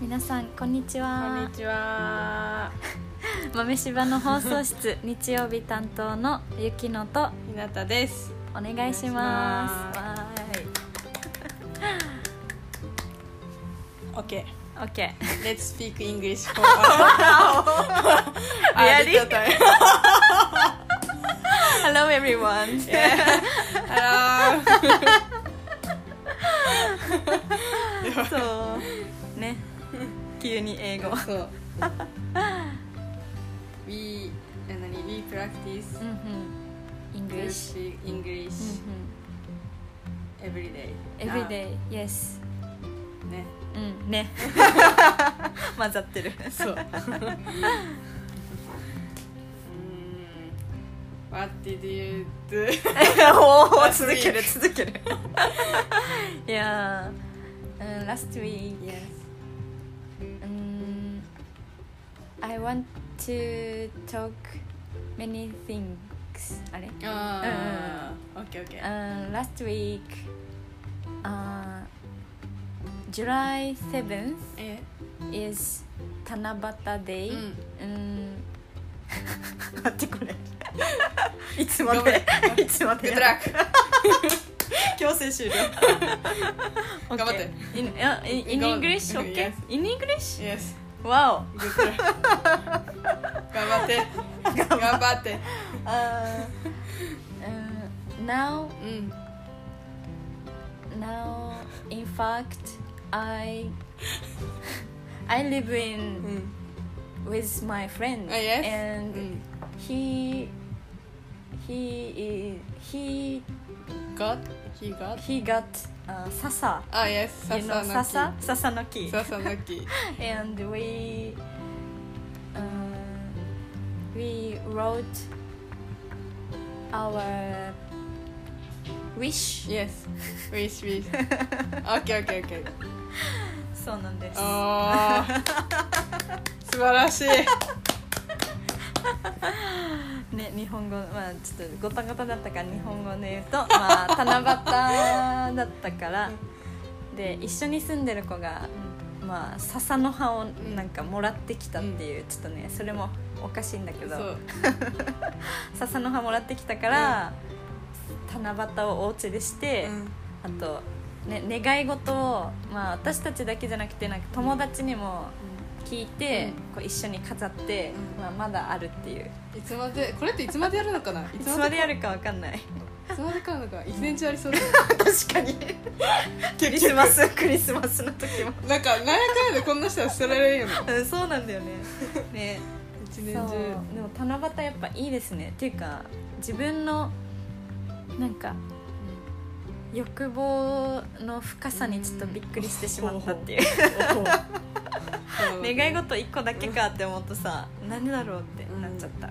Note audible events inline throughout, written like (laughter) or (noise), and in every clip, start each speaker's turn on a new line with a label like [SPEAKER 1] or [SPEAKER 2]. [SPEAKER 1] 皆さんこんにち
[SPEAKER 2] こん
[SPEAKER 1] は
[SPEAKER 2] にちは。
[SPEAKER 1] 豆柴の放送 (laughs) 室日曜日担当のゆきのと
[SPEAKER 2] ひなたです。
[SPEAKER 1] お願いします
[SPEAKER 2] お願
[SPEAKER 1] わ
[SPEAKER 2] オッケ
[SPEAKER 1] ーい OK
[SPEAKER 2] ー。Let's speak English (laughs) for a
[SPEAKER 1] Really?
[SPEAKER 2] little time.
[SPEAKER 1] Hello everyone (laughs)
[SPEAKER 2] Hello.
[SPEAKER 1] そうね (laughs) 急に英語
[SPEAKER 2] そう We え何 We practice
[SPEAKER 1] うんうん
[SPEAKER 2] to
[SPEAKER 1] English
[SPEAKER 2] speak
[SPEAKER 1] うん
[SPEAKER 2] English every day.
[SPEAKER 1] うん Every day yes
[SPEAKER 2] あね。
[SPEAKER 1] うんね (laughs) 混ざってる
[SPEAKER 2] そう。What did you do?
[SPEAKER 1] (laughs) おお
[SPEAKER 2] Last
[SPEAKER 1] 続ける続ける (laughs) いやー、うん、last Uh, week、
[SPEAKER 2] Yes.
[SPEAKER 1] um, I want to talk many things あれ、
[SPEAKER 2] ああ。オッケーオッケー。
[SPEAKER 1] um, last week、uh, July 7th
[SPEAKER 2] え。
[SPEAKER 1] is 七夕 day う
[SPEAKER 2] うん。
[SPEAKER 1] ん、 (laughs) 待ってこれいつ
[SPEAKER 2] ごめん
[SPEAKER 1] (laughs) いつま
[SPEAKER 2] グッド
[SPEAKER 1] や
[SPEAKER 2] ラック。強制終了。
[SPEAKER 1] Okay.
[SPEAKER 2] 頑張って。
[SPEAKER 1] In, uh, in, in
[SPEAKER 2] Go on.
[SPEAKER 1] English, okay?
[SPEAKER 2] Yes.
[SPEAKER 1] In English?
[SPEAKER 2] Yes.
[SPEAKER 1] (laughs) Wow.
[SPEAKER 2] グッドラ (laughs) ック。頑張って。頑張って。
[SPEAKER 1] Uh, uh, now,
[SPEAKER 2] うん。
[SPEAKER 1] now, in fact, I (laughs) I live
[SPEAKER 2] う
[SPEAKER 1] in
[SPEAKER 2] ん。
[SPEAKER 1] with my friend,
[SPEAKER 2] Ah, yes.
[SPEAKER 1] and
[SPEAKER 2] うん。
[SPEAKER 1] he he i- he
[SPEAKER 2] Got? He got?
[SPEAKER 1] he got uh, sasa.
[SPEAKER 2] あ、yes.
[SPEAKER 1] You know
[SPEAKER 2] 笹の
[SPEAKER 1] sasa, sasa no ki,
[SPEAKER 2] 木。笹の木。
[SPEAKER 1] and we uh, we wrote our wish.
[SPEAKER 2] Yes. Wish,
[SPEAKER 1] (laughs)
[SPEAKER 2] wish. Okay, okay, okay.
[SPEAKER 1] そうなんです。
[SPEAKER 2] おー。素晴らしい。
[SPEAKER 1] ね、日本語、まあ、ちょっとごたごただったから、日本語で言うと、まあ、七夕だったから。で、一緒に住んでる子が、まあ、笹の葉を、なんかもらってきたっていう、ちょっとね、それも。おかしいんだけ
[SPEAKER 2] そ
[SPEAKER 1] ど、
[SPEAKER 2] う。
[SPEAKER 1] 笹の葉もらってきたから。七夕をお家でして、あと、ね、願い事を、まあ、私たちだけじゃなくて、なんか友達にも。聞いて、こう一緒に飾って、
[SPEAKER 2] うん
[SPEAKER 1] まあ、まだあるっていう
[SPEAKER 2] いつまで、これっていつまでやるのかない
[SPEAKER 1] いつまでやるかわかんない
[SPEAKER 2] いつまでかのか一年中ありそうだよ
[SPEAKER 1] (laughs) 確かに (laughs) クリスマス (laughs) クリスマスの時も、
[SPEAKER 2] なんか何やかんやでこんな人は捨てられるよね
[SPEAKER 1] うん、 (laughs) そうなんだよね (laughs) ね
[SPEAKER 2] 一
[SPEAKER 1] そう
[SPEAKER 2] 年
[SPEAKER 1] でも
[SPEAKER 2] 中
[SPEAKER 1] 七夕やっぱいいですねっていうか自分のなんか欲望の深さにちょっとびっくりしてしまったっていう
[SPEAKER 2] おおそう
[SPEAKER 1] 願い事1個だけかって思うとさ何だろうってなっちゃった、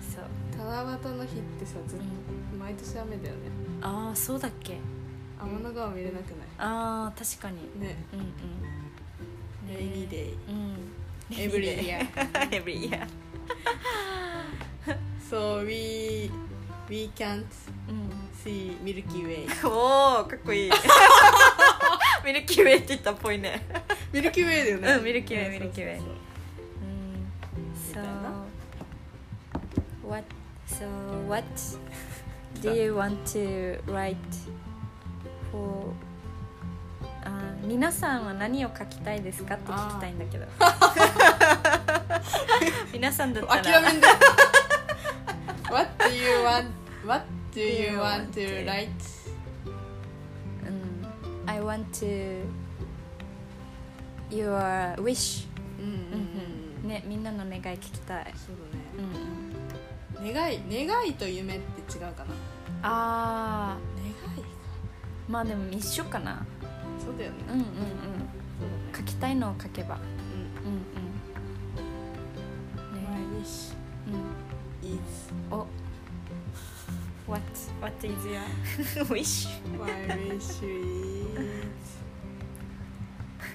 [SPEAKER 1] そう、
[SPEAKER 2] 七夕の日ってさずっと毎年雨だよね
[SPEAKER 1] ああそうだっけ
[SPEAKER 2] 天の川見れなくな
[SPEAKER 1] ああ確かに
[SPEAKER 2] いね
[SPEAKER 1] うんうん
[SPEAKER 2] レイニーデイ
[SPEAKER 1] うん
[SPEAKER 2] エブリデイ
[SPEAKER 1] (laughs) every year
[SPEAKER 2] So we we can't
[SPEAKER 1] うん
[SPEAKER 2] see Milky Way
[SPEAKER 1] おおかっこ (laughs) いいミルキーウェイって言ったっぽいね
[SPEAKER 2] (laughs) Milky Way だよね
[SPEAKER 1] うん Milky Way
[SPEAKER 2] ね
[SPEAKER 1] Milky Way う
[SPEAKER 2] そうそうそう
[SPEAKER 1] ん
[SPEAKER 2] み
[SPEAKER 1] so
[SPEAKER 2] たいな
[SPEAKER 1] what so
[SPEAKER 2] (laughs)
[SPEAKER 1] what do you want to write for あー皆さんは何を書きたいですかって聞きたいんだけ
[SPEAKER 2] (laughs)
[SPEAKER 1] ど皆さんだったら
[SPEAKER 2] 諦めんだ (laughs) What do you want What do you want to write
[SPEAKER 1] うん、I want to your wish、
[SPEAKER 2] うんうんうん
[SPEAKER 1] ねみんなの願い聞きたい、
[SPEAKER 2] そうだね
[SPEAKER 1] うんうん、
[SPEAKER 2] 願い願いと夢って違うかな
[SPEAKER 1] あ
[SPEAKER 2] 願い
[SPEAKER 1] ーまあでも一緒かな
[SPEAKER 2] そうだよね
[SPEAKER 1] うんうんうん
[SPEAKER 2] そうだ
[SPEAKER 1] 書きたいのを書けば
[SPEAKER 2] ね
[SPEAKER 1] うんうん
[SPEAKER 2] うん
[SPEAKER 1] ね
[SPEAKER 2] My wish
[SPEAKER 1] うん
[SPEAKER 2] is
[SPEAKER 1] お What What is your (laughs) wish?
[SPEAKER 2] My wish is う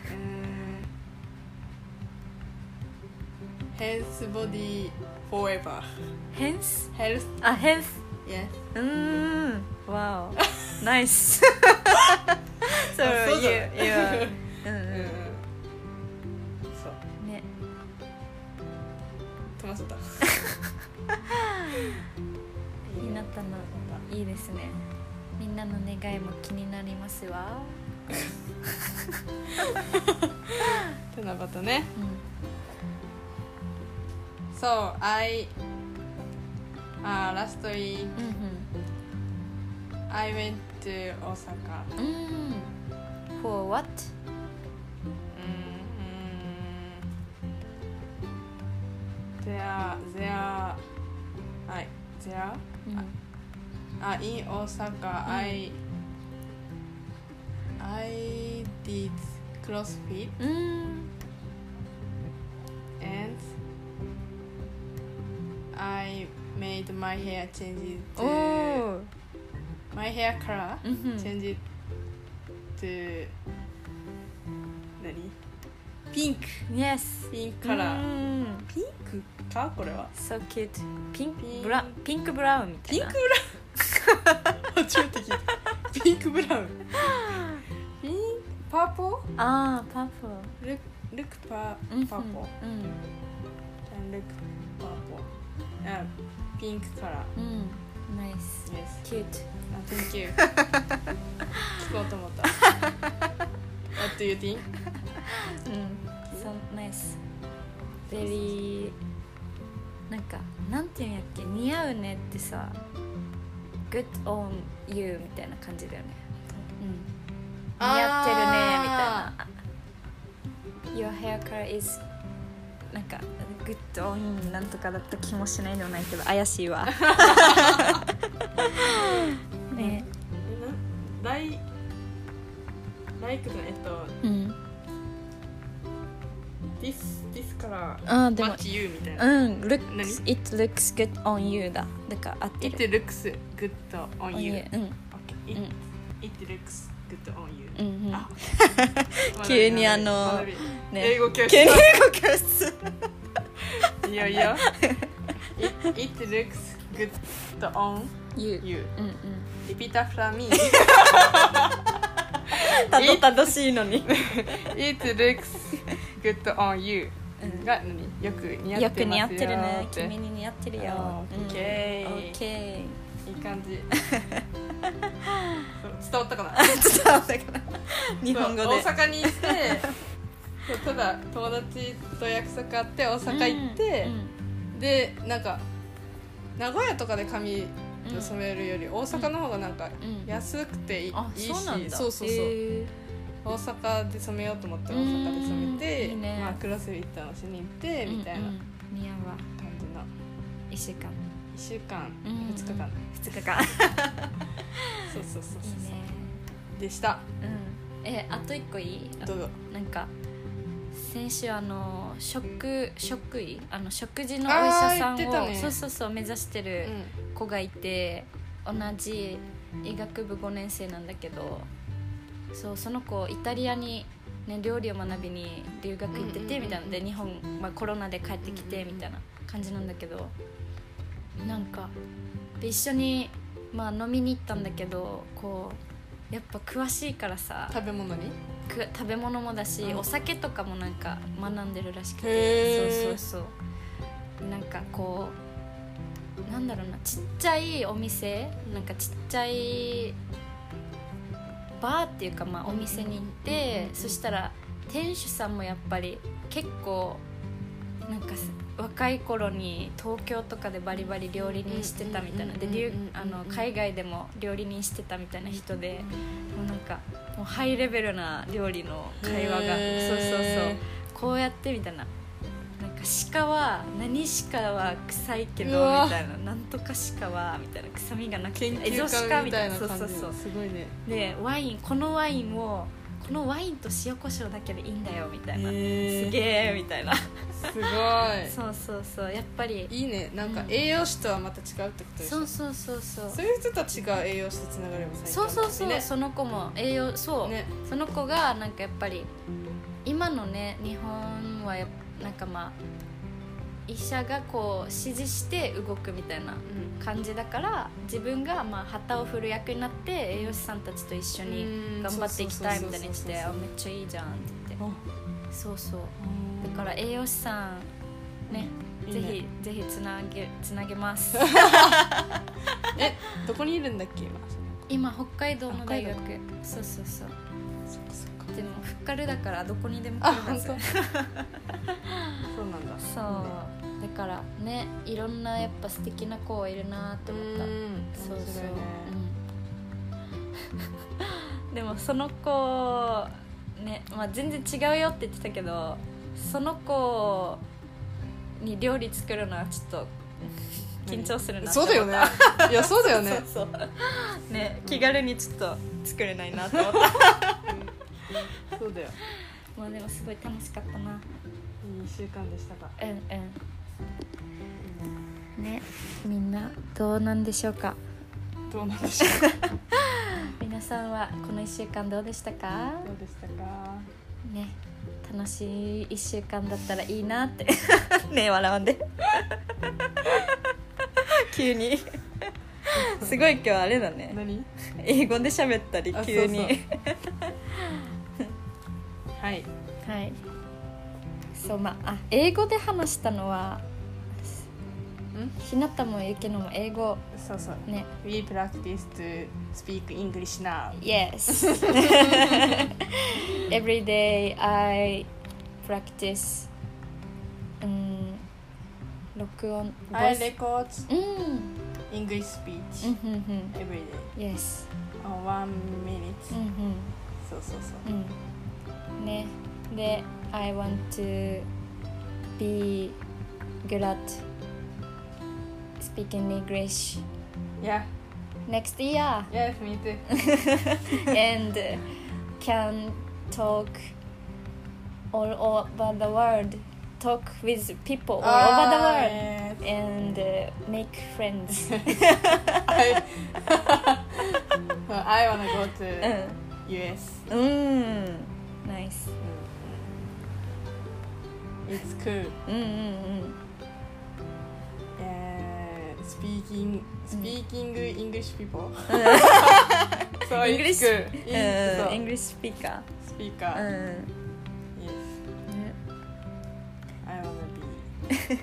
[SPEAKER 2] ーん Health body forever
[SPEAKER 1] Hence
[SPEAKER 2] Health
[SPEAKER 1] あ Hence
[SPEAKER 2] yes
[SPEAKER 1] うーん (laughs) Wow Nice (laughs) そう
[SPEAKER 2] あそうだ
[SPEAKER 1] you,
[SPEAKER 2] (laughs)
[SPEAKER 1] you are- うんう
[SPEAKER 2] うんん
[SPEAKER 1] 七夕いいですねみんなの願いも気になりますわ、
[SPEAKER 2] 七夕ね
[SPEAKER 1] うん
[SPEAKER 2] So I uh, last week
[SPEAKER 1] うん
[SPEAKER 2] I went to Osaka
[SPEAKER 1] うん For what?
[SPEAKER 2] Mm-hmm. There, there, I, there.
[SPEAKER 1] うん
[SPEAKER 2] Uh, in Osaka, I, I did CrossFit
[SPEAKER 1] うん
[SPEAKER 2] and I made my hair changes
[SPEAKER 1] お
[SPEAKER 2] to
[SPEAKER 1] ー
[SPEAKER 2] my hair color
[SPEAKER 1] うんうん
[SPEAKER 2] changes to 何？ピンク
[SPEAKER 1] Yes
[SPEAKER 2] ピンクカラ
[SPEAKER 1] う
[SPEAKER 2] ー。
[SPEAKER 1] ん
[SPEAKER 2] ピンクかこれは。
[SPEAKER 1] So cute ピンク
[SPEAKER 2] ピン
[SPEAKER 1] ブラピンクブラウンみたい
[SPEAKER 2] ピン
[SPEAKER 1] な
[SPEAKER 2] クブラウン初めて聞いたピンクブラウンピンパーポ
[SPEAKER 1] ああパープ
[SPEAKER 2] ルクルクパ
[SPEAKER 1] ルうん
[SPEAKER 2] パーポルクパーポあピンクカラ
[SPEAKER 1] う
[SPEAKER 2] ー
[SPEAKER 1] んうんナイス
[SPEAKER 2] Yes
[SPEAKER 1] キュート
[SPEAKER 2] あ Thank you 聞こうと思った (laughs) What do you think?
[SPEAKER 1] うんそうナイスベリーなんかなんていうんやっけ似合うねってさ Good on you みたいな感じだよねうん似合ってるねみたいな「Your hair color is」なんか「グッドオン」なんとかだった気もしないでもないけど怪しいわ (laughs) ね
[SPEAKER 2] みたいなライライクのえっと
[SPEAKER 1] うん、
[SPEAKER 2] This, this color
[SPEAKER 1] あーでも
[SPEAKER 2] match you みたいな
[SPEAKER 1] うん「looks
[SPEAKER 2] 何
[SPEAKER 1] it looks good on you だ」だから合ってる
[SPEAKER 2] It looks good on
[SPEAKER 1] on you
[SPEAKER 2] you
[SPEAKER 1] うん
[SPEAKER 2] Okay. It,
[SPEAKER 1] うん
[SPEAKER 2] it looks good on you.
[SPEAKER 1] うんうん
[SPEAKER 2] あ
[SPEAKER 1] (laughs) 急にあの
[SPEAKER 2] 学び
[SPEAKER 1] ね
[SPEAKER 2] 英語教室
[SPEAKER 1] 敬 (laughs) 語教室
[SPEAKER 2] いいよいいよ it, it looks good on
[SPEAKER 1] you
[SPEAKER 2] you
[SPEAKER 1] うんうん
[SPEAKER 2] Repeat after me
[SPEAKER 1] (laughs) たどたどしいのに
[SPEAKER 2] It looks good on you
[SPEAKER 1] うん
[SPEAKER 2] が何よく似合
[SPEAKER 1] よ
[SPEAKER 2] っ
[SPEAKER 1] く
[SPEAKER 2] てま
[SPEAKER 1] 似合っ
[SPEAKER 2] す
[SPEAKER 1] てる
[SPEAKER 2] よ
[SPEAKER 1] ね
[SPEAKER 2] って
[SPEAKER 1] 君に似合ってるよ
[SPEAKER 2] あー OK
[SPEAKER 1] うん OK
[SPEAKER 2] いい感
[SPEAKER 1] (laughs)
[SPEAKER 2] じそう伝わったかな
[SPEAKER 1] ちょっと待ってから日本語で
[SPEAKER 2] そう大阪に行ってそうただ友達と約束あって大阪行って、でなんか名古屋とかで髪
[SPEAKER 1] うんうん
[SPEAKER 2] 染めるより大阪の方がなんか
[SPEAKER 1] うん
[SPEAKER 2] 安くていい,、
[SPEAKER 1] あ
[SPEAKER 2] いいし
[SPEAKER 1] そうなんだ
[SPEAKER 2] そうそうそう
[SPEAKER 1] へ
[SPEAKER 2] 大阪で染めようと思って大阪で染めて
[SPEAKER 1] うんいいね
[SPEAKER 2] まあ、クロスフィットのしに行って
[SPEAKER 1] ー
[SPEAKER 2] みたいな
[SPEAKER 1] うん
[SPEAKER 2] 感
[SPEAKER 1] うん似合うわ
[SPEAKER 2] じの
[SPEAKER 1] 一週間
[SPEAKER 2] 1週間、
[SPEAKER 1] う
[SPEAKER 2] 二
[SPEAKER 1] ん
[SPEAKER 2] 2日間
[SPEAKER 1] 二日間い
[SPEAKER 2] そうそうそうそう
[SPEAKER 1] いね
[SPEAKER 2] でした
[SPEAKER 1] うんえあと一個いい
[SPEAKER 2] どうぞ
[SPEAKER 1] なんか先週あの食食医あの食事のお医
[SPEAKER 2] あー
[SPEAKER 1] 者さん
[SPEAKER 2] 言ってた
[SPEAKER 1] を、
[SPEAKER 2] ね
[SPEAKER 1] そうそうそう目指して
[SPEAKER 2] う
[SPEAKER 1] る
[SPEAKER 2] ん
[SPEAKER 1] 子がいて同じ医学部5年生なんだけどそうその子イタリアに、ね、料理を学びに留学行って
[SPEAKER 2] うんうんうん
[SPEAKER 1] て
[SPEAKER 2] うん
[SPEAKER 1] みたいなので日本、まあ、コロナで帰ってきてみたいな感じなんだけどなんかで一緒に、まあ、飲みに行ったんだけどこうやっぱ詳しいからさ
[SPEAKER 2] 食べ物に
[SPEAKER 1] く食べ物もだし、
[SPEAKER 2] うん
[SPEAKER 1] お酒とかもなんか学んでるらしく
[SPEAKER 2] へ
[SPEAKER 1] て
[SPEAKER 2] ー
[SPEAKER 1] そうそうそうなんかこうなんだろうなちっちゃいお店なんかちっちゃいバーっていうか、まあ、お店に行ってそしたら店主さんもやっぱり結構なんかす若い頃に東京とかでバリバリ料理人してたみたいなで
[SPEAKER 2] うんうんうんう
[SPEAKER 1] 留
[SPEAKER 2] ん
[SPEAKER 1] あの海外でも料理人してたみたいな人でもうなんかもうハイレベルな料理の会話が
[SPEAKER 2] へ
[SPEAKER 1] そうそう
[SPEAKER 2] ー
[SPEAKER 1] そうこうやってみたいな。なんか鹿は何鹿は臭いけど
[SPEAKER 2] うわ
[SPEAKER 1] みたいななんとか鹿はみたいな臭みがなくて
[SPEAKER 2] 研
[SPEAKER 1] エゾ
[SPEAKER 2] 究家みたいな
[SPEAKER 1] そう
[SPEAKER 2] 感じ
[SPEAKER 1] そうそう
[SPEAKER 2] すごいね
[SPEAKER 1] でワインこのワインをこのワインと塩コショウだけでいいんだよみたいな、
[SPEAKER 2] す
[SPEAKER 1] すげえみたいな
[SPEAKER 2] す
[SPEAKER 1] (laughs)
[SPEAKER 2] ご
[SPEAKER 1] そうそうそうやっぱり
[SPEAKER 2] いいいねなんか
[SPEAKER 1] うん
[SPEAKER 2] 栄養士とはまた違うってことでし
[SPEAKER 1] そ
[SPEAKER 2] ょ
[SPEAKER 1] うそうそうそう
[SPEAKER 2] そういう人たちが栄養士とつながれば最
[SPEAKER 1] そうそうそう、
[SPEAKER 2] ね
[SPEAKER 1] その子も栄養そう、
[SPEAKER 2] ね
[SPEAKER 1] その子がなんかやっぱり今のね日本はやっなんかまあ医者がこう指示して動くみたいな
[SPEAKER 2] うん
[SPEAKER 1] 感じだから自分がまあ旗を振る役になって栄養士さんたちと一緒に
[SPEAKER 2] うん
[SPEAKER 1] 頑張っていきたいみたいにして「
[SPEAKER 2] そ
[SPEAKER 1] あ
[SPEAKER 2] うそうそうそう
[SPEAKER 1] めっちゃいいじゃん」って言って
[SPEAKER 2] あ
[SPEAKER 1] そうそう
[SPEAKER 2] うん
[SPEAKER 1] だから栄養士さんね
[SPEAKER 2] いい
[SPEAKER 1] ぜ
[SPEAKER 2] ね
[SPEAKER 1] ひぜひつなげつなげます
[SPEAKER 2] (laughs) えどこにいるんだっけ今
[SPEAKER 1] 今北海道の大学
[SPEAKER 2] 北
[SPEAKER 1] そうそうそう
[SPEAKER 2] そっかそっか
[SPEAKER 1] でもふっかるだからどこにでも来
[SPEAKER 2] あ
[SPEAKER 1] るは
[SPEAKER 2] 本当
[SPEAKER 1] ず
[SPEAKER 2] そうなんだ
[SPEAKER 1] そうだからねいろんなやっぱ素敵な子はいるなって
[SPEAKER 2] う
[SPEAKER 1] 思っ
[SPEAKER 2] ん
[SPEAKER 1] た
[SPEAKER 2] そ
[SPEAKER 1] そうう
[SPEAKER 2] そ
[SPEAKER 1] そうう、
[SPEAKER 2] ね
[SPEAKER 1] うん (laughs) でもその子ね、まあ、全然違うよって言ってたけどその子に料理作るのはちょっと緊張するなって
[SPEAKER 2] そ
[SPEAKER 1] 思
[SPEAKER 2] う
[SPEAKER 1] った
[SPEAKER 2] だよねいやそうだよね
[SPEAKER 1] そうそうね気軽にちょっと作れないなと思った
[SPEAKER 2] (laughs) そうだよ
[SPEAKER 1] まあでもすごい楽しかったない
[SPEAKER 2] い一週間でしたか
[SPEAKER 1] うんうんねみんなどうなんでしょうか
[SPEAKER 2] どうなんでしょうか
[SPEAKER 1] 皆さんはこの1週間どうでしたか
[SPEAKER 2] どうでしたか
[SPEAKER 1] ね楽しい1週間だったらいいなって
[SPEAKER 2] (laughs)
[SPEAKER 1] ねえ笑わんで急にすごい今日あれだね
[SPEAKER 2] 何
[SPEAKER 1] 英語で喋ったり
[SPEAKER 2] あ
[SPEAKER 1] 急に
[SPEAKER 2] そうはい
[SPEAKER 1] はいそうまああ英語で話したのは
[SPEAKER 2] ん
[SPEAKER 1] ひなたもゆきのも英語
[SPEAKER 2] そうそう
[SPEAKER 1] ね
[SPEAKER 2] We practice to speak English now
[SPEAKER 1] Yes. (laughs) Every day I practice. um, うん、録音。
[SPEAKER 2] I
[SPEAKER 1] voice-
[SPEAKER 2] record
[SPEAKER 1] うん。
[SPEAKER 2] English
[SPEAKER 1] うん
[SPEAKER 2] speech
[SPEAKER 1] うんうん。
[SPEAKER 2] every day
[SPEAKER 1] Yes.
[SPEAKER 2] on one minute
[SPEAKER 1] うん
[SPEAKER 2] そうそうそ
[SPEAKER 1] う
[SPEAKER 2] う
[SPEAKER 1] んうん。ね。で、I want to be good at speaking English
[SPEAKER 2] Yeah
[SPEAKER 1] next year
[SPEAKER 2] Yes me too
[SPEAKER 1] and can talk all over the world. Talk with people all over the world.
[SPEAKER 2] Ah, yes.
[SPEAKER 1] and uh, make friends.
[SPEAKER 2] (laughs) I, I wanna go
[SPEAKER 1] う
[SPEAKER 2] to
[SPEAKER 1] ん。
[SPEAKER 2] (laughs) US.
[SPEAKER 1] うん。ナイス。
[SPEAKER 2] It's cool.
[SPEAKER 1] うんうん
[SPEAKER 2] Uh, speaking speaking English people. (laughs) so
[SPEAKER 1] English- uh,
[SPEAKER 2] it's
[SPEAKER 1] うん。
[SPEAKER 2] cool.
[SPEAKER 1] うん。
[SPEAKER 2] It's,
[SPEAKER 1] ングリッシュスピーカ
[SPEAKER 2] so,
[SPEAKER 1] ー。う
[SPEAKER 2] speaker.
[SPEAKER 1] (laughs) ん。
[SPEAKER 2] Yes. I wanna be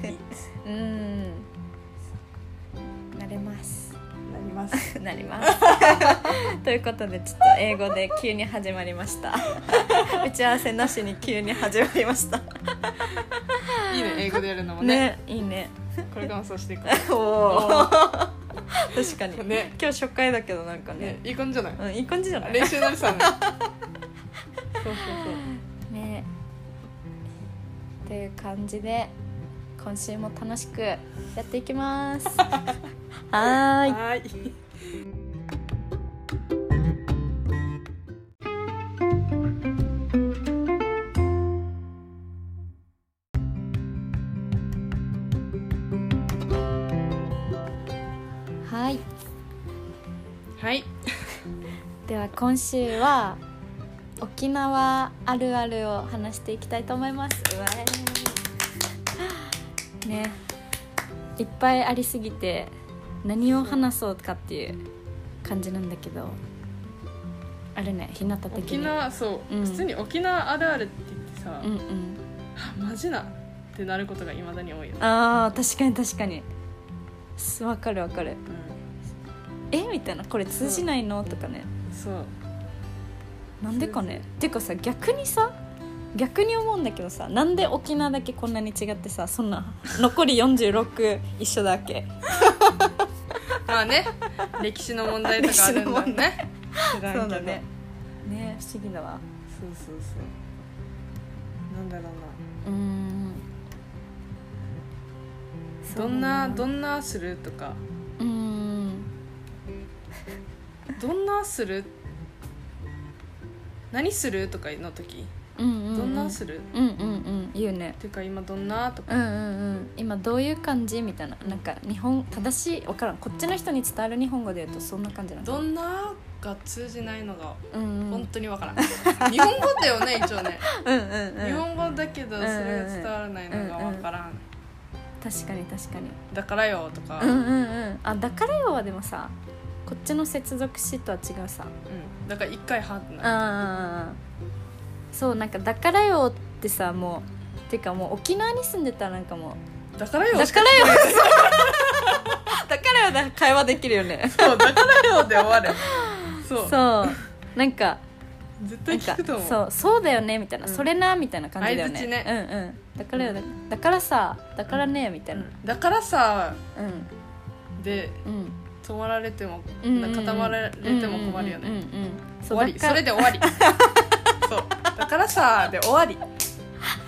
[SPEAKER 2] it.
[SPEAKER 1] mm. うん。なれます。
[SPEAKER 2] なります。
[SPEAKER 1] なります。 (laughs) ということで、ちょっと英語で急に始まりました。 (laughs) 打ち合わせなしに急に始まりました。
[SPEAKER 2] いいね英語でやるのもね。
[SPEAKER 1] ね、いいね。
[SPEAKER 2] これからもそうしていこ
[SPEAKER 1] おお。確か
[SPEAKER 2] う。
[SPEAKER 1] に。
[SPEAKER 2] ね。
[SPEAKER 1] 今日初回だけど、なんか (laughs)
[SPEAKER 2] ね
[SPEAKER 1] ね。
[SPEAKER 2] いい感じじゃない。
[SPEAKER 1] うん、いい感じじゃない。
[SPEAKER 2] 練習になりそうだね。そうそうそう。
[SPEAKER 1] ねという感じで今週も楽しくやっていきます (laughs) はーい
[SPEAKER 2] はい。
[SPEAKER 1] はい
[SPEAKER 2] はい。
[SPEAKER 1] では今週は沖縄あるあるを話していきたいと思いますうわーねいっぱいありすぎて何を話そうかっていう感じなんだけどあるね日向的に
[SPEAKER 2] 沖縄そう、
[SPEAKER 1] うん
[SPEAKER 2] 普通に沖縄あるあるって言ってさ、
[SPEAKER 1] うんうん
[SPEAKER 2] あマジなってなることがいまだに多いよね、
[SPEAKER 1] あー確かに確かにすわかるわかるえみたいなこれ通じないのとかね
[SPEAKER 2] そう
[SPEAKER 1] なんでかねてかさ逆にさ逆に思うんだけどさなんで沖縄だけこんなに違ってさそんな残り46一緒だっけ
[SPEAKER 2] まあ
[SPEAKER 1] (laughs)
[SPEAKER 2] ね歴史の問題とかあるんだろうね知らんけど
[SPEAKER 1] ね不思議だわ
[SPEAKER 2] そうそうそうなんだろうな
[SPEAKER 1] うーん
[SPEAKER 2] どんなど
[SPEAKER 1] ん
[SPEAKER 2] んなするとか
[SPEAKER 1] うーん
[SPEAKER 2] どんなする何するとかの時
[SPEAKER 1] うんうんうん
[SPEAKER 2] どんなする、
[SPEAKER 1] うんうんうん言うね
[SPEAKER 2] てか今どんなとか
[SPEAKER 1] うんうんうん今どういう感じみたいななんか日本正しい分からんこっちの人に伝わる日本語で言うとそんな感じなの
[SPEAKER 2] どんなが通じないのが
[SPEAKER 1] うんうんう
[SPEAKER 2] 本
[SPEAKER 1] ん
[SPEAKER 2] 当にわからん、日本語だよね一応ね
[SPEAKER 1] うんうん
[SPEAKER 2] 日本語だけどそれが伝わらないのが分からん、
[SPEAKER 1] 確かに確かに
[SPEAKER 2] だからよとか、
[SPEAKER 1] う
[SPEAKER 2] うんん
[SPEAKER 1] うんうんあだからよはでもさこっちの接続詞とは違うさ
[SPEAKER 2] だから一回はってなる
[SPEAKER 1] あそうなんかだからよってさもうてかもう沖縄に住んでたらなんかもう
[SPEAKER 2] だからよ
[SPEAKER 1] だから
[SPEAKER 2] (laughs)
[SPEAKER 1] よだからよだ会話できるよね
[SPEAKER 2] そうだからよで終わるそう
[SPEAKER 1] そうなんか
[SPEAKER 2] 絶
[SPEAKER 1] な
[SPEAKER 2] 対
[SPEAKER 1] んか
[SPEAKER 2] 聞くと思う
[SPEAKER 1] そうそうだよねみたいな、
[SPEAKER 2] うん
[SPEAKER 1] それなみたいな感じだよ
[SPEAKER 2] 相
[SPEAKER 1] ね
[SPEAKER 2] 槌ね
[SPEAKER 1] うんうんだからよだだからさだからねみたいな
[SPEAKER 2] だからさ
[SPEAKER 1] うん
[SPEAKER 2] で
[SPEAKER 1] うん
[SPEAKER 2] 止まられても
[SPEAKER 1] うん
[SPEAKER 2] なんか固まられても困るよね、
[SPEAKER 1] うんうんうんうん
[SPEAKER 2] 終わり
[SPEAKER 1] そう
[SPEAKER 2] それで
[SPEAKER 1] (laughs)
[SPEAKER 2] 終わりそうだからさで終わり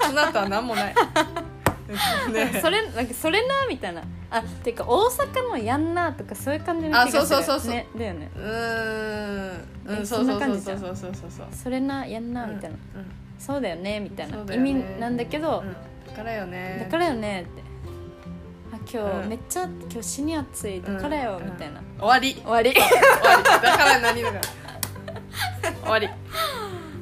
[SPEAKER 2] その後は何
[SPEAKER 1] (laughs)
[SPEAKER 2] もない
[SPEAKER 1] だから
[SPEAKER 2] ね
[SPEAKER 1] それなんかそれなみたいなあていうか大阪のやんなとかそういう感じの気がする
[SPEAKER 2] あそうそうそうそう
[SPEAKER 1] ね、だよね
[SPEAKER 2] うーんう
[SPEAKER 1] え
[SPEAKER 2] んそ
[SPEAKER 1] そ
[SPEAKER 2] うんそ
[SPEAKER 1] な
[SPEAKER 2] う
[SPEAKER 1] 感
[SPEAKER 2] そう
[SPEAKER 1] じじ
[SPEAKER 2] そ
[SPEAKER 1] ゃん
[SPEAKER 2] うそうそうそうそう
[SPEAKER 1] それなやんなみたいな、
[SPEAKER 2] うん
[SPEAKER 1] そうだよねみたい
[SPEAKER 2] そ
[SPEAKER 1] な
[SPEAKER 2] うだ
[SPEAKER 1] 意
[SPEAKER 2] よね
[SPEAKER 1] 味なんだけど、
[SPEAKER 2] うんだからよね
[SPEAKER 1] だからよねってあ今日、
[SPEAKER 2] うん
[SPEAKER 1] めっちゃ今日死に暑いだからよ、
[SPEAKER 2] うん
[SPEAKER 1] みたいな
[SPEAKER 2] 終わり
[SPEAKER 1] 終わり
[SPEAKER 2] 終わりだから何だから終わり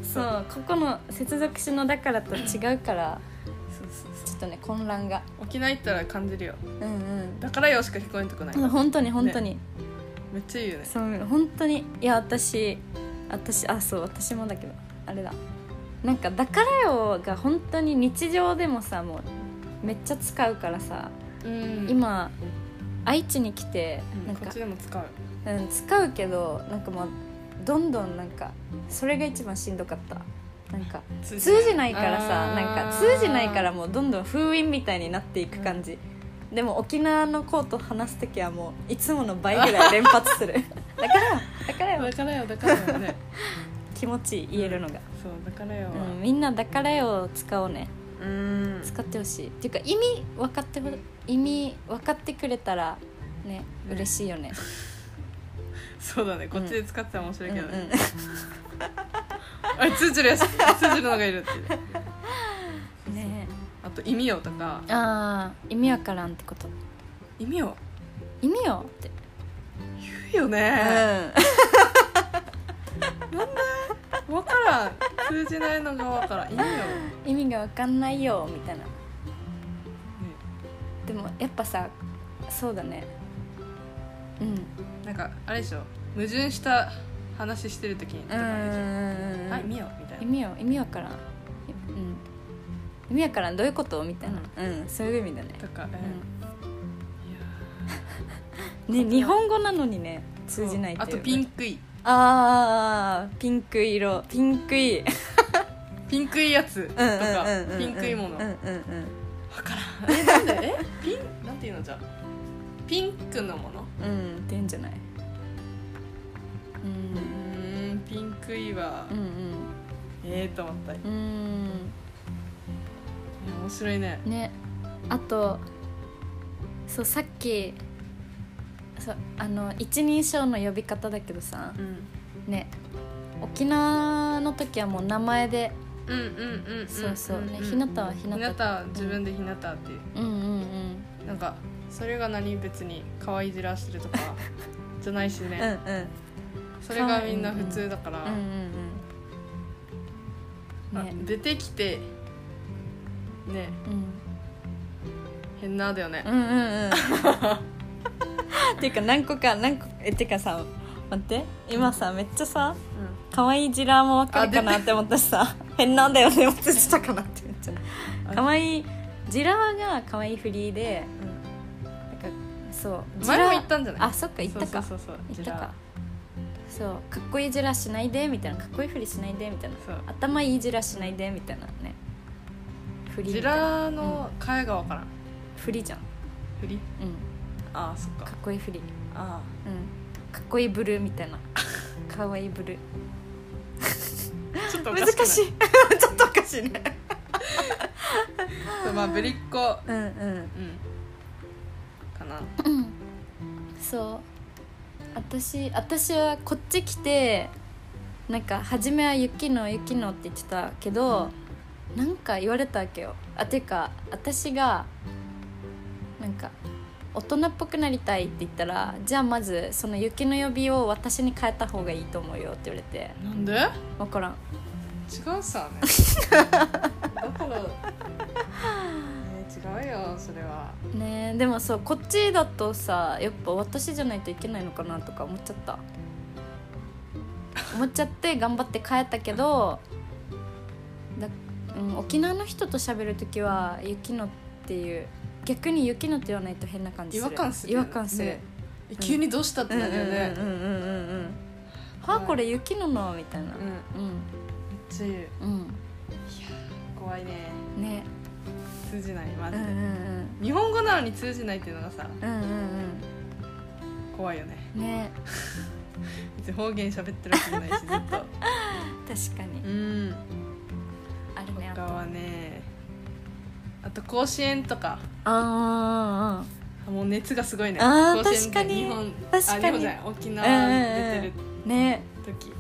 [SPEAKER 1] そうここの接続詞の「だから」と違うから
[SPEAKER 2] そうそうそ
[SPEAKER 1] ちょっとね混乱が
[SPEAKER 2] う沖縄行ったら感じるよ
[SPEAKER 1] うん
[SPEAKER 2] だからよしか聞こえんとこない、
[SPEAKER 1] うん本当に本当に、
[SPEAKER 2] めっちゃいいよね
[SPEAKER 1] そう本当にいや私私あそう私もだけどあれだなんか「だからよ」が本当に日常でもさもうめっちゃ使うからさ、
[SPEAKER 2] うん
[SPEAKER 1] 今愛知に来て
[SPEAKER 2] うん
[SPEAKER 1] なん
[SPEAKER 2] こ
[SPEAKER 1] か
[SPEAKER 2] っちでも使う
[SPEAKER 1] うん、使うけどなんかもうどんどんなんかそれが一番しんどかったなんか
[SPEAKER 2] 通
[SPEAKER 1] 通じないからさ
[SPEAKER 2] あー
[SPEAKER 1] なんか通じないからもうどんどん封印みたいになっていく感じ、でも沖縄の子と話す時はもういつもの倍ぐらい連発する
[SPEAKER 2] (laughs)
[SPEAKER 1] だからだからよ
[SPEAKER 2] だからよだからよ
[SPEAKER 1] (laughs)
[SPEAKER 2] ね
[SPEAKER 1] 気持ちいい言えるのが、
[SPEAKER 2] そうだからよ
[SPEAKER 1] うん、みんな「だからよ」を使おうね
[SPEAKER 2] うん
[SPEAKER 1] 使ってほしいっていうか意味分かってほ意味分かってくれたらね
[SPEAKER 2] ね
[SPEAKER 1] 嬉しいよね
[SPEAKER 2] そうだねこっちで使ってたら面白いけど
[SPEAKER 1] うん
[SPEAKER 2] ね
[SPEAKER 1] うん
[SPEAKER 2] あれ通じるやつ通じるのがいるっていう
[SPEAKER 1] ね
[SPEAKER 2] あと意味よとか
[SPEAKER 1] えああ意味わからんってこと
[SPEAKER 2] 意味よ
[SPEAKER 1] 意味よって、
[SPEAKER 2] 言うよね分からん通じないのが分からん意味よ
[SPEAKER 1] (laughs) 意味がわかんないよみたいなでもやっぱさそうだねうん
[SPEAKER 2] ねなんかあれでしょ矛盾した話してる時にと
[SPEAKER 1] う
[SPEAKER 2] かあるでし
[SPEAKER 1] ん
[SPEAKER 2] ょあ意味よみたい
[SPEAKER 1] 意
[SPEAKER 2] な
[SPEAKER 1] 味よ意味わからんうん意味わからんどういうことみたいなうん、そういう意味だね、
[SPEAKER 2] とか
[SPEAKER 1] う
[SPEAKER 2] え
[SPEAKER 1] ん
[SPEAKER 2] ーいや
[SPEAKER 1] ね日本語なのにね通じないって
[SPEAKER 2] あ
[SPEAKER 1] いう
[SPEAKER 2] とピンクい
[SPEAKER 1] あーピンク色ピンクい
[SPEAKER 2] ピンクいやつと
[SPEAKER 1] うんうん
[SPEAKER 2] か
[SPEAKER 1] うんうん
[SPEAKER 2] ピンクいも
[SPEAKER 1] う
[SPEAKER 2] の
[SPEAKER 1] んうんう
[SPEAKER 2] 分
[SPEAKER 1] ん
[SPEAKER 2] からんえなんでえピンなんていうのじゃあピンクのもの
[SPEAKER 1] うんっていうんじゃないうん
[SPEAKER 2] うーんピンクいは
[SPEAKER 1] うん
[SPEAKER 2] ええと思ったいや
[SPEAKER 1] うんうん
[SPEAKER 2] 面白いね
[SPEAKER 1] ねあとそうさっきそうあの一人称の呼び方だけどさ
[SPEAKER 2] うん
[SPEAKER 1] ね沖縄の時はもう名前で
[SPEAKER 2] うんうんうんん
[SPEAKER 1] そうそうね
[SPEAKER 2] ん
[SPEAKER 1] ひなたはひ
[SPEAKER 2] ひ
[SPEAKER 1] な
[SPEAKER 2] な
[SPEAKER 1] た
[SPEAKER 2] たは自分でひなたっていう
[SPEAKER 1] うんうん
[SPEAKER 2] なんかそれが何別に可愛いじらして
[SPEAKER 1] (laughs)
[SPEAKER 2] るとかじゃないし
[SPEAKER 1] うんうんうん
[SPEAKER 2] ね、それがみんな普通だから、
[SPEAKER 1] うんうんう
[SPEAKER 2] あ
[SPEAKER 1] んね
[SPEAKER 2] 出てきてね
[SPEAKER 1] うん
[SPEAKER 2] 変なだよね
[SPEAKER 1] う、んうんうんっていうか何個か何個えっていうかさ待って今さめっちゃさ可愛いジラーもわかるかなって思ったしさ (laughs) 変なんだよねも映したかなって言っちゃ
[SPEAKER 2] あ
[SPEAKER 1] う可愛いジラーが可愛いフリーでなんかそう
[SPEAKER 2] うん
[SPEAKER 1] ジラ
[SPEAKER 2] 前も言ったんじゃない
[SPEAKER 1] あそっか言ったか
[SPEAKER 2] そうそうそうそう
[SPEAKER 1] 言っ
[SPEAKER 2] じ
[SPEAKER 1] た
[SPEAKER 2] ゃ
[SPEAKER 1] かそうかっこいいジラーしないでみたいなかっこいいフリしないでみたいな
[SPEAKER 2] そう
[SPEAKER 1] 頭いいジラーしないでみたいなねフ
[SPEAKER 2] あ
[SPEAKER 1] リ
[SPEAKER 2] ジ
[SPEAKER 1] みたいな
[SPEAKER 2] ラの替えがわからん
[SPEAKER 1] フリじゃん
[SPEAKER 2] 振り
[SPEAKER 1] うん
[SPEAKER 2] ああそっか
[SPEAKER 1] かっこいいフリ
[SPEAKER 2] ああ
[SPEAKER 1] うん、かっこいいブルーみたいな (laughs) かわいいブルー
[SPEAKER 2] ちょっとお
[SPEAKER 1] 難
[SPEAKER 2] かしくない
[SPEAKER 1] しい (laughs) ちょっとおかしいね
[SPEAKER 2] そうまあぶりっ子
[SPEAKER 1] うんうん
[SPEAKER 2] うんかな
[SPEAKER 1] そう私私はこっち来てなんか初めは「雪の雪の」って言ってたけどなんか言われたわけよあていうか私がなんか大人っぽくなりたいって言ったらじゃあまずその雪の呼びを私に変えた方がいいと思うよって言われて
[SPEAKER 2] なんで
[SPEAKER 1] 分からん
[SPEAKER 2] 違うさねだから、ね、違うよそれは
[SPEAKER 1] ねえでもそうこっちだとさやっぱ私じゃないといけないのかなとか思っちゃった思っちゃって頑張って帰ったけどだ、うん、沖縄の人と喋る時は「雪乃」っていう逆に雪のって言わないと変な感じ
[SPEAKER 2] 違
[SPEAKER 1] する
[SPEAKER 2] 和感する
[SPEAKER 1] 違和感する、
[SPEAKER 2] ねえ急にどうしたって
[SPEAKER 1] うんうん
[SPEAKER 2] な
[SPEAKER 1] うん
[SPEAKER 2] るよね、
[SPEAKER 1] うんうんうんうんはあこれ雪ののみたいな
[SPEAKER 2] うんめっちゃ言う
[SPEAKER 1] うん
[SPEAKER 2] 怖いね
[SPEAKER 1] うんね
[SPEAKER 2] 通じないま
[SPEAKER 1] うんう
[SPEAKER 2] ず、
[SPEAKER 1] んうん
[SPEAKER 2] 日本語なのに通じないっていうのがさ
[SPEAKER 1] うんうん
[SPEAKER 2] 怖いよね
[SPEAKER 1] うんね
[SPEAKER 2] 別に方言喋ってるわけじゃないしずっと
[SPEAKER 1] 確かに
[SPEAKER 2] うん
[SPEAKER 1] あるねあ
[SPEAKER 2] 他
[SPEAKER 1] と
[SPEAKER 2] はねあと甲子園とか
[SPEAKER 1] あ
[SPEAKER 2] もう熱がすごいね
[SPEAKER 1] あー
[SPEAKER 2] 甲子園で
[SPEAKER 1] 確かに
[SPEAKER 2] 日本
[SPEAKER 1] 確かに
[SPEAKER 2] あ日本じゃない沖縄出てる
[SPEAKER 1] あね
[SPEAKER 2] 時、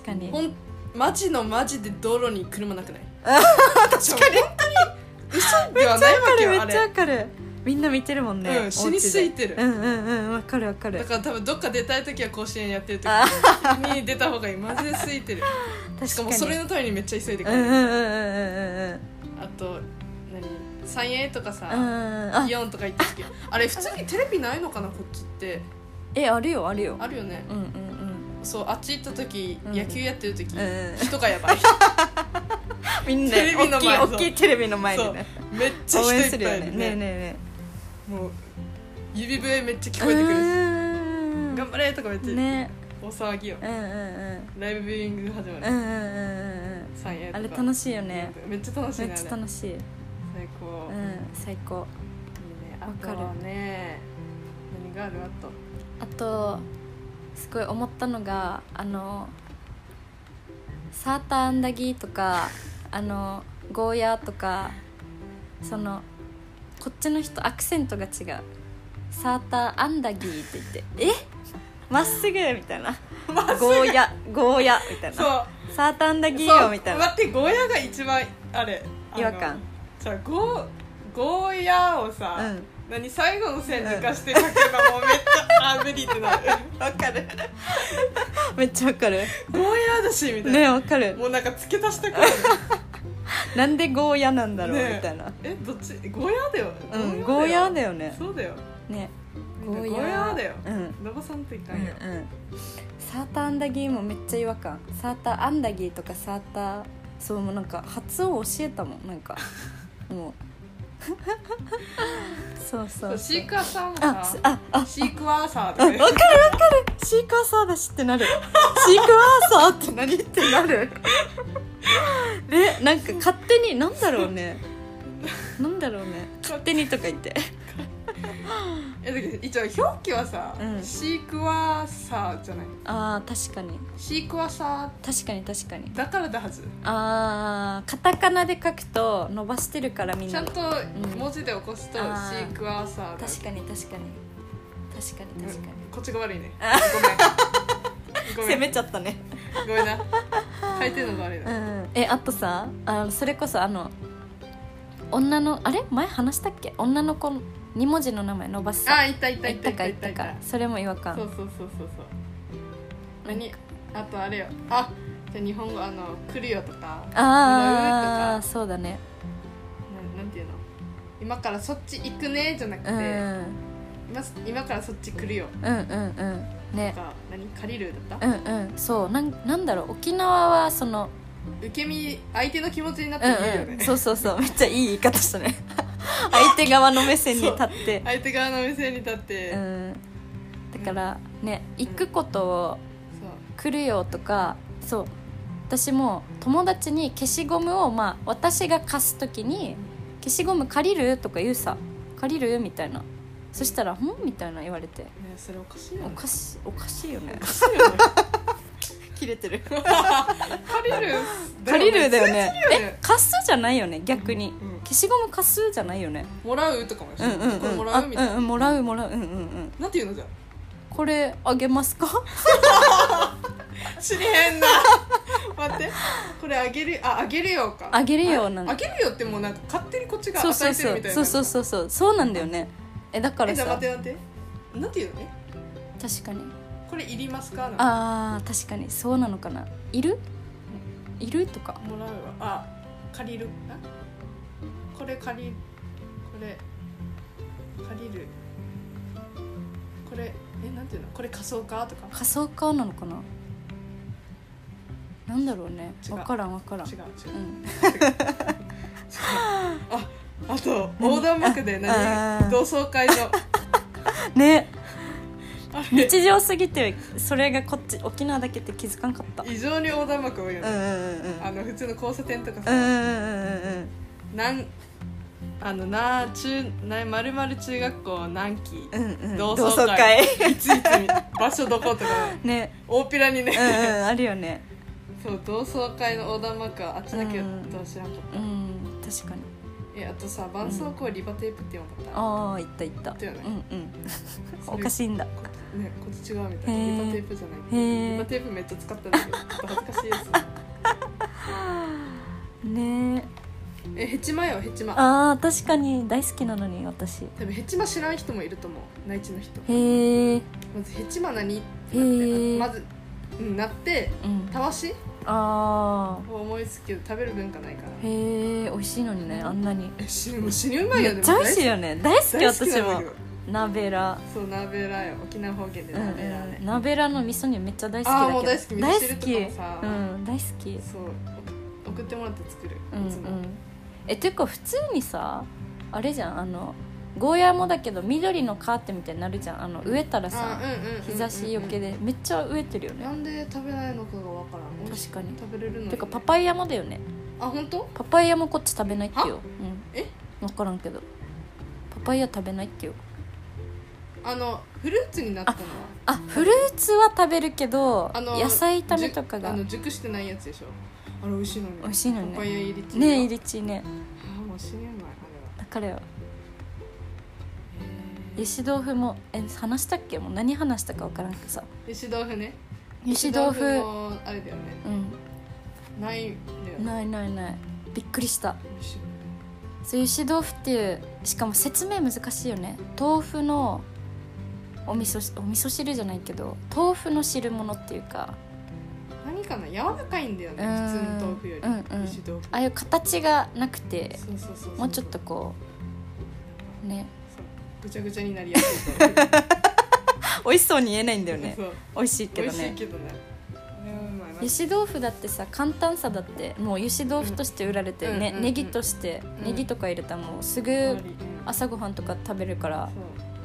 [SPEAKER 1] 確かに
[SPEAKER 2] ほんマジのマジで道路に車なくない
[SPEAKER 1] 確かに
[SPEAKER 2] 嘘ではないわけよ
[SPEAKER 1] め
[SPEAKER 2] あ
[SPEAKER 1] っちゃわ
[SPEAKER 2] れ
[SPEAKER 1] かるみんな見てるもんね、
[SPEAKER 2] うん死についてる
[SPEAKER 1] お家でうんうんうんわかるわかる
[SPEAKER 2] だから多分どっか出たい時は甲子園やってる時
[SPEAKER 1] あ
[SPEAKER 2] に出た方がいいマジで空いてる
[SPEAKER 1] 確かに
[SPEAKER 2] しかもそれのためにめっちゃ急いで帰
[SPEAKER 1] う
[SPEAKER 2] る、
[SPEAKER 1] んうんうんうんうんうん
[SPEAKER 2] あと何三栄とかさ、
[SPEAKER 1] うんあ
[SPEAKER 2] イオンとか行った時あれ普通にテレビないのかなこっちって
[SPEAKER 1] えあるよあるよ
[SPEAKER 2] あるよね
[SPEAKER 1] うんうんうん
[SPEAKER 2] そうあっち行った時、
[SPEAKER 1] うん
[SPEAKER 2] 野球やってる時、
[SPEAKER 1] うん
[SPEAKER 2] 人がや
[SPEAKER 1] (laughs)
[SPEAKER 2] ばい
[SPEAKER 1] みんな
[SPEAKER 2] テレビの前
[SPEAKER 1] 大
[SPEAKER 2] そう
[SPEAKER 1] きい大きいテレビの前でね
[SPEAKER 2] めっちゃ
[SPEAKER 1] 応
[SPEAKER 2] 人
[SPEAKER 1] 援
[SPEAKER 2] い
[SPEAKER 1] す
[SPEAKER 2] っ
[SPEAKER 1] る
[SPEAKER 2] ぱ
[SPEAKER 1] よ
[SPEAKER 2] いい
[SPEAKER 1] ね
[SPEAKER 2] る
[SPEAKER 1] ねえねえ
[SPEAKER 2] ね
[SPEAKER 1] ね
[SPEAKER 2] もう指笛めっちゃ
[SPEAKER 1] え
[SPEAKER 2] 聞こえてくるし
[SPEAKER 1] うん
[SPEAKER 2] 頑張れとかめっちゃ、
[SPEAKER 1] ね
[SPEAKER 2] 大騒ぎよ
[SPEAKER 1] うんうんうん
[SPEAKER 2] ライブビューイング始ま
[SPEAKER 1] うんうんうん
[SPEAKER 2] る、
[SPEAKER 1] うんうん
[SPEAKER 2] 三栄とか
[SPEAKER 1] あれ楽しいよね
[SPEAKER 2] めっちゃ楽しい
[SPEAKER 1] め
[SPEAKER 2] ね
[SPEAKER 1] っちゃ
[SPEAKER 2] あれ
[SPEAKER 1] 楽しい
[SPEAKER 2] 最高、
[SPEAKER 1] う
[SPEAKER 2] いいね
[SPEAKER 1] ん最高
[SPEAKER 2] あ
[SPEAKER 1] わか
[SPEAKER 2] と
[SPEAKER 1] る
[SPEAKER 2] はね何があるあと
[SPEAKER 1] あとすごい思ったのがあのサーターアンダギーとかあのゴーヤーとかそのこっちの人アクセントが違うサーターアンダギーって言ってえまっすぐみたいなゴーヤゴーヤみたいな
[SPEAKER 2] そう
[SPEAKER 1] サーターアンダギー
[SPEAKER 2] そ
[SPEAKER 1] よ
[SPEAKER 2] う
[SPEAKER 1] みたいな
[SPEAKER 2] 待ってゴーヤが一番あれあの
[SPEAKER 1] 違和感
[SPEAKER 2] じゃあゴーゴーヤをさ、
[SPEAKER 1] うん
[SPEAKER 2] 何最後の線抜かして書けばもうめっちゃあ無理ってなるわかる
[SPEAKER 1] (laughs) めっちゃわかる
[SPEAKER 2] ゴーヤだしみたいな、
[SPEAKER 1] ねわかる
[SPEAKER 2] もうなんか付け足したくなる
[SPEAKER 1] なんでゴーヤなんだろう
[SPEAKER 2] ね
[SPEAKER 1] みたいな
[SPEAKER 2] えどっちゴーヤだよ
[SPEAKER 1] うんゴーヤだよね
[SPEAKER 2] そうだよ
[SPEAKER 1] ね
[SPEAKER 2] ゴーヤだよ
[SPEAKER 1] うん
[SPEAKER 2] 伸ばさんといかんよ、
[SPEAKER 1] うんうん、サーターアンダギーもめっちゃ違和感サーターアンダギーとかサーターそうもうなんか発音教えたもんなん (laughs) かもうそうそう
[SPEAKER 2] そ
[SPEAKER 1] そうう
[SPEAKER 2] シークワーサーも
[SPEAKER 1] あす
[SPEAKER 2] さ
[SPEAKER 1] ああ
[SPEAKER 2] シークワーサーと
[SPEAKER 1] うん
[SPEAKER 2] か
[SPEAKER 1] わかる
[SPEAKER 2] ね
[SPEAKER 1] わかるシークワーサーだしってなるシークワーサーって何ってな (laughs) るでなんか勝手になんだろうねなんだろうね勝手にとか言って
[SPEAKER 2] えだけど一応表記はさ、
[SPEAKER 1] うん
[SPEAKER 2] シークワーサーじゃない
[SPEAKER 1] あー確かに
[SPEAKER 2] シークワーサ
[SPEAKER 1] 確かに確かに
[SPEAKER 2] ーだからだはず
[SPEAKER 1] あーカタカナで書くと伸ばしてるからみん
[SPEAKER 2] ちゃ
[SPEAKER 1] なん
[SPEAKER 2] と文字で起こすと、
[SPEAKER 1] うん
[SPEAKER 2] シ
[SPEAKER 1] あー
[SPEAKER 2] ークワーサーだ
[SPEAKER 1] 確かに確かに確かに確か
[SPEAKER 2] うんこっちが悪いね
[SPEAKER 1] あ
[SPEAKER 2] ご
[SPEAKER 1] に (laughs)
[SPEAKER 2] めんごめん
[SPEAKER 1] ちゃったね
[SPEAKER 2] ごめんな書いてるのが悪いな、
[SPEAKER 1] うんえあとさあのそれこそあの女のあれ前話したっけ女の子の2文字の名前伸ばす
[SPEAKER 2] あ
[SPEAKER 1] さ
[SPEAKER 2] いたいた
[SPEAKER 1] 言
[SPEAKER 2] い
[SPEAKER 1] ったた
[SPEAKER 2] いた
[SPEAKER 1] か
[SPEAKER 2] い
[SPEAKER 1] 言ったた
[SPEAKER 2] いた
[SPEAKER 1] かそれも違和
[SPEAKER 2] そ
[SPEAKER 1] 感
[SPEAKER 2] うそうそうそうそう何あとあれよあじゃあ日本語あの来るよとか
[SPEAKER 1] あ
[SPEAKER 2] う
[SPEAKER 1] あ
[SPEAKER 2] んとか
[SPEAKER 1] そうだね
[SPEAKER 2] なんなんていうの今からそっち行くねじゃなくて、
[SPEAKER 1] うんうん
[SPEAKER 2] 今す今からそっち来るよ
[SPEAKER 1] うんうん
[SPEAKER 2] と
[SPEAKER 1] ね
[SPEAKER 2] か何借りるだった、
[SPEAKER 1] うんうんそうなんなんだろう沖縄はその
[SPEAKER 2] 受け身相手の気持ちになって
[SPEAKER 1] う
[SPEAKER 2] いい
[SPEAKER 1] ん
[SPEAKER 2] よね、
[SPEAKER 1] うんそうそうそうめっちゃいい言い方したね (laughs) 相手側の目線に立
[SPEAKER 2] (laughs)
[SPEAKER 1] って
[SPEAKER 2] 相手側の目線に立って、
[SPEAKER 1] うんだからね行くことを
[SPEAKER 2] そう
[SPEAKER 1] 来るよとかそう私も友達に消しゴムを、まあ、私が貸す時に「消しゴム借りる?」とか言うさ「借りる?」みたいなそしたら「ん?」みたいな言われて
[SPEAKER 2] ねそれおかしいよ
[SPEAKER 1] お (laughs)
[SPEAKER 2] ね
[SPEAKER 1] かしいおかしいよね
[SPEAKER 2] おかしいよね
[SPEAKER 1] 切れてる
[SPEAKER 2] 借りる
[SPEAKER 1] (laughs) 借りるだよ
[SPEAKER 2] ね
[SPEAKER 1] ね
[SPEAKER 2] よね
[SPEAKER 1] え貸すじゃないよね逆に、
[SPEAKER 2] うん
[SPEAKER 1] 消しゴム貸すじゃないよね
[SPEAKER 2] もらうとかもし
[SPEAKER 1] うんうん
[SPEAKER 2] これも
[SPEAKER 1] うん
[SPEAKER 2] らうみたい
[SPEAKER 1] あ
[SPEAKER 2] な、
[SPEAKER 1] うんうんもらうもらううんうんうん
[SPEAKER 2] なんていうのじゃ
[SPEAKER 1] これあげます
[SPEAKER 2] (laughs)
[SPEAKER 1] か
[SPEAKER 2] あ知りへんな (laughs) 待ってこれあげるああげるよか
[SPEAKER 1] あげるよな
[SPEAKER 2] あ
[SPEAKER 1] ん
[SPEAKER 2] あげるよってもうなんか勝手にこっちが
[SPEAKER 1] そう
[SPEAKER 2] 与
[SPEAKER 1] そう
[SPEAKER 2] えて
[SPEAKER 1] そ
[SPEAKER 2] るみ
[SPEAKER 1] う
[SPEAKER 2] たいな
[SPEAKER 1] そうそうそうそうそうなんだよねえだから
[SPEAKER 2] えじゃ
[SPEAKER 1] さ
[SPEAKER 2] あ待って待ってなんていうのね
[SPEAKER 1] 確かに
[SPEAKER 2] これいりますかなんか
[SPEAKER 1] あー確かにそうなのかないるいるとか
[SPEAKER 2] もらうわあ借りるあこれ借りこれ借りるこれえなんていうのこれ仮想かとか
[SPEAKER 1] 仮想化なのかななんだろうね
[SPEAKER 2] 違う
[SPEAKER 1] 分からん分からん
[SPEAKER 2] 違う違う
[SPEAKER 1] うん
[SPEAKER 2] ああと横断幕で
[SPEAKER 1] ああー
[SPEAKER 2] 何同窓
[SPEAKER 1] (laughs)
[SPEAKER 2] 会の
[SPEAKER 1] ね
[SPEAKER 2] あれ
[SPEAKER 1] 日常すぎてそれがこっち沖縄だけって気づかんかった
[SPEAKER 2] 異常に横断幕多いよ
[SPEAKER 1] うんう
[SPEAKER 2] ね、
[SPEAKER 1] んうんうん
[SPEAKER 2] あの普通の交差点とか
[SPEAKER 1] うんう
[SPEAKER 2] さ、
[SPEAKER 1] んうんうん
[SPEAKER 2] なんあのなあ中なまるまる中学校何期
[SPEAKER 1] うんうんうん
[SPEAKER 2] 同
[SPEAKER 1] 同
[SPEAKER 2] 窓
[SPEAKER 1] 窓
[SPEAKER 2] 会
[SPEAKER 1] 会
[SPEAKER 2] いついつ
[SPEAKER 1] (laughs)
[SPEAKER 2] に場所どことか
[SPEAKER 1] ね
[SPEAKER 2] 大っぴらにね
[SPEAKER 1] うんうんあるよね
[SPEAKER 2] そう同窓会の横断幕はあっちだけ
[SPEAKER 1] うん
[SPEAKER 2] どうしなかった、
[SPEAKER 1] うん確かに
[SPEAKER 2] えあとさ絆創膏リバテープって読んだった、
[SPEAKER 1] ああいったいった
[SPEAKER 2] だよね
[SPEAKER 1] うん (laughs) うん
[SPEAKER 2] そ
[SPEAKER 1] お
[SPEAKER 2] れ
[SPEAKER 1] かしいんだ
[SPEAKER 2] ねこっち違うみたいな
[SPEAKER 1] へ
[SPEAKER 2] リ
[SPEAKER 1] ー
[SPEAKER 2] バテープじゃない
[SPEAKER 1] へー
[SPEAKER 2] リバテープめっちゃ使ったんだけどちょっと恥ずかしいです
[SPEAKER 1] ね (laughs)
[SPEAKER 2] えヘチマよヘチマ
[SPEAKER 1] ああ確かに大好きなのに私
[SPEAKER 2] 多分ヘチマ知らん人もいると思う内地の人
[SPEAKER 1] へえ
[SPEAKER 2] まずヘチマ何っ
[SPEAKER 1] へ
[SPEAKER 2] てなって
[SPEAKER 1] ー
[SPEAKER 2] まず、うん、なって
[SPEAKER 1] うん
[SPEAKER 2] たわし
[SPEAKER 1] あ
[SPEAKER 2] を思いつくけど食べる文化ないから
[SPEAKER 1] あへえ美味しいのにねあんなに
[SPEAKER 2] え死ぬもう死にうまい
[SPEAKER 1] め
[SPEAKER 2] よね
[SPEAKER 1] っちゃ美味しいよね大好き
[SPEAKER 2] 大好
[SPEAKER 1] 私
[SPEAKER 2] きなんだ
[SPEAKER 1] も
[SPEAKER 2] けど
[SPEAKER 1] 鍋ら
[SPEAKER 2] そう鍋ラーよ沖縄方言で
[SPEAKER 1] うん
[SPEAKER 2] 鍋ラーね、
[SPEAKER 1] 鍋らの味噌煮めっちゃ大好きだ
[SPEAKER 2] あ
[SPEAKER 1] け
[SPEAKER 2] ー
[SPEAKER 1] ど
[SPEAKER 2] もう大好き味
[SPEAKER 1] 大
[SPEAKER 2] 噌汁
[SPEAKER 1] 好
[SPEAKER 2] と
[SPEAKER 1] き
[SPEAKER 2] かもさ
[SPEAKER 1] うん大好き
[SPEAKER 2] そうお送ってもらって作るい
[SPEAKER 1] うんう
[SPEAKER 2] つも、
[SPEAKER 1] んえていうか普通にさあれじゃんあのゴーヤーもだけど緑のカーテンみたいになるじゃんあの植えたら
[SPEAKER 2] あ
[SPEAKER 1] さ
[SPEAKER 2] うんうんうんうん
[SPEAKER 1] 日差しよけでめっちゃ植えてるよ
[SPEAKER 2] な
[SPEAKER 1] ね
[SPEAKER 2] んで食べないのかがわからん美味し
[SPEAKER 1] 確かに
[SPEAKER 2] く食べれるのに
[SPEAKER 1] てかパパイヤもだよね
[SPEAKER 2] あ本当
[SPEAKER 1] パパイヤもこっち食べないってよ、うん、
[SPEAKER 2] え
[SPEAKER 1] 分からんけどパパイヤ食べないってよ
[SPEAKER 2] あのフルーツになったのは
[SPEAKER 1] あフルーツは食べるけど
[SPEAKER 2] あの
[SPEAKER 1] 野菜炒めとかが
[SPEAKER 2] じゅあの熟してないやつでしょあれ美味しいのに
[SPEAKER 1] 美味しいのね
[SPEAKER 2] パパイヤ入りチーズ
[SPEAKER 1] ねえイリチね
[SPEAKER 2] あもう死ぬ前あれは
[SPEAKER 1] だからよ
[SPEAKER 2] え
[SPEAKER 1] ゆし豆腐もえ話したっけもう何話したか分からんけどさ
[SPEAKER 2] ゆし豆腐ね
[SPEAKER 1] ゆし豆腐
[SPEAKER 2] ゆしもあれだよね
[SPEAKER 1] う
[SPEAKER 2] ないんだよ
[SPEAKER 1] ん
[SPEAKER 2] ね
[SPEAKER 1] ないないないびっくりした
[SPEAKER 2] 美味しい
[SPEAKER 1] そうゆし豆腐っていうしかも説明難しいよね豆腐のお味噌汁お味噌汁じゃないけど豆腐の汁物っていうか
[SPEAKER 2] 何かな柔らかいんだよね
[SPEAKER 1] うん
[SPEAKER 2] 普通の豆腐より
[SPEAKER 1] うんうん
[SPEAKER 2] ゆし豆腐
[SPEAKER 1] ああいう形がなくて
[SPEAKER 2] そうそうそうそう
[SPEAKER 1] もうちょっとこうね
[SPEAKER 2] そうぐちゃぐちゃになりや
[SPEAKER 1] (laughs)
[SPEAKER 2] すい豆腐
[SPEAKER 1] 美味しそうに言えないんだよね
[SPEAKER 2] そう
[SPEAKER 1] 美味しいけ
[SPEAKER 2] 美
[SPEAKER 1] ど
[SPEAKER 2] 味しい
[SPEAKER 1] ね
[SPEAKER 2] けどねあれはうまいな
[SPEAKER 1] ゆし豆腐だってさ簡単さだってもうゆし豆腐として売られて
[SPEAKER 2] うんうん
[SPEAKER 1] ね
[SPEAKER 2] うんうん
[SPEAKER 1] ネギとして
[SPEAKER 2] ん
[SPEAKER 1] ネギとか入れたらもうす
[SPEAKER 2] うん
[SPEAKER 1] ぐ
[SPEAKER 2] そう
[SPEAKER 1] 朝ごはんとか食べるから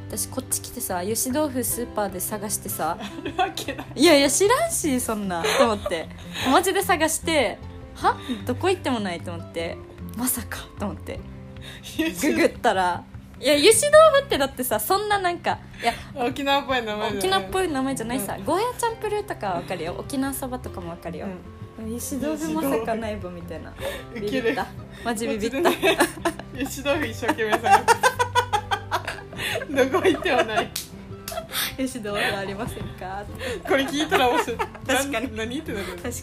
[SPEAKER 1] 私こっち来てさゆし豆腐スーパーで探してさ
[SPEAKER 2] あるわけない
[SPEAKER 1] いやいや知らんしそんなと思ってマジで探してはどこ行ってもないと思ってまさかと思ってググったらいやゆし豆腐ってだってさそんななんかいや
[SPEAKER 2] (laughs) 沖縄っぽい名前
[SPEAKER 1] 沖縄っぽ
[SPEAKER 2] い
[SPEAKER 1] い名前じゃないさ、ゴーヤチャンプルーとかはわかるよ沖縄そばとかもわかるよ、ゆし豆腐まさかないぼみたいな
[SPEAKER 2] ウ
[SPEAKER 1] ビ
[SPEAKER 2] ケ
[SPEAKER 1] ビっ
[SPEAKER 2] る
[SPEAKER 1] たマジビビった
[SPEAKER 2] マジでねゆし豆腐 (laughs) 一生懸命探すどこ行ってもない
[SPEAKER 1] ゆし豆腐ありませんか
[SPEAKER 2] (laughs) これ聞いたら面白い
[SPEAKER 1] 確かに
[SPEAKER 2] な何ってなるよ
[SPEAKER 1] 確
[SPEAKER 2] ね
[SPEAKER 1] かに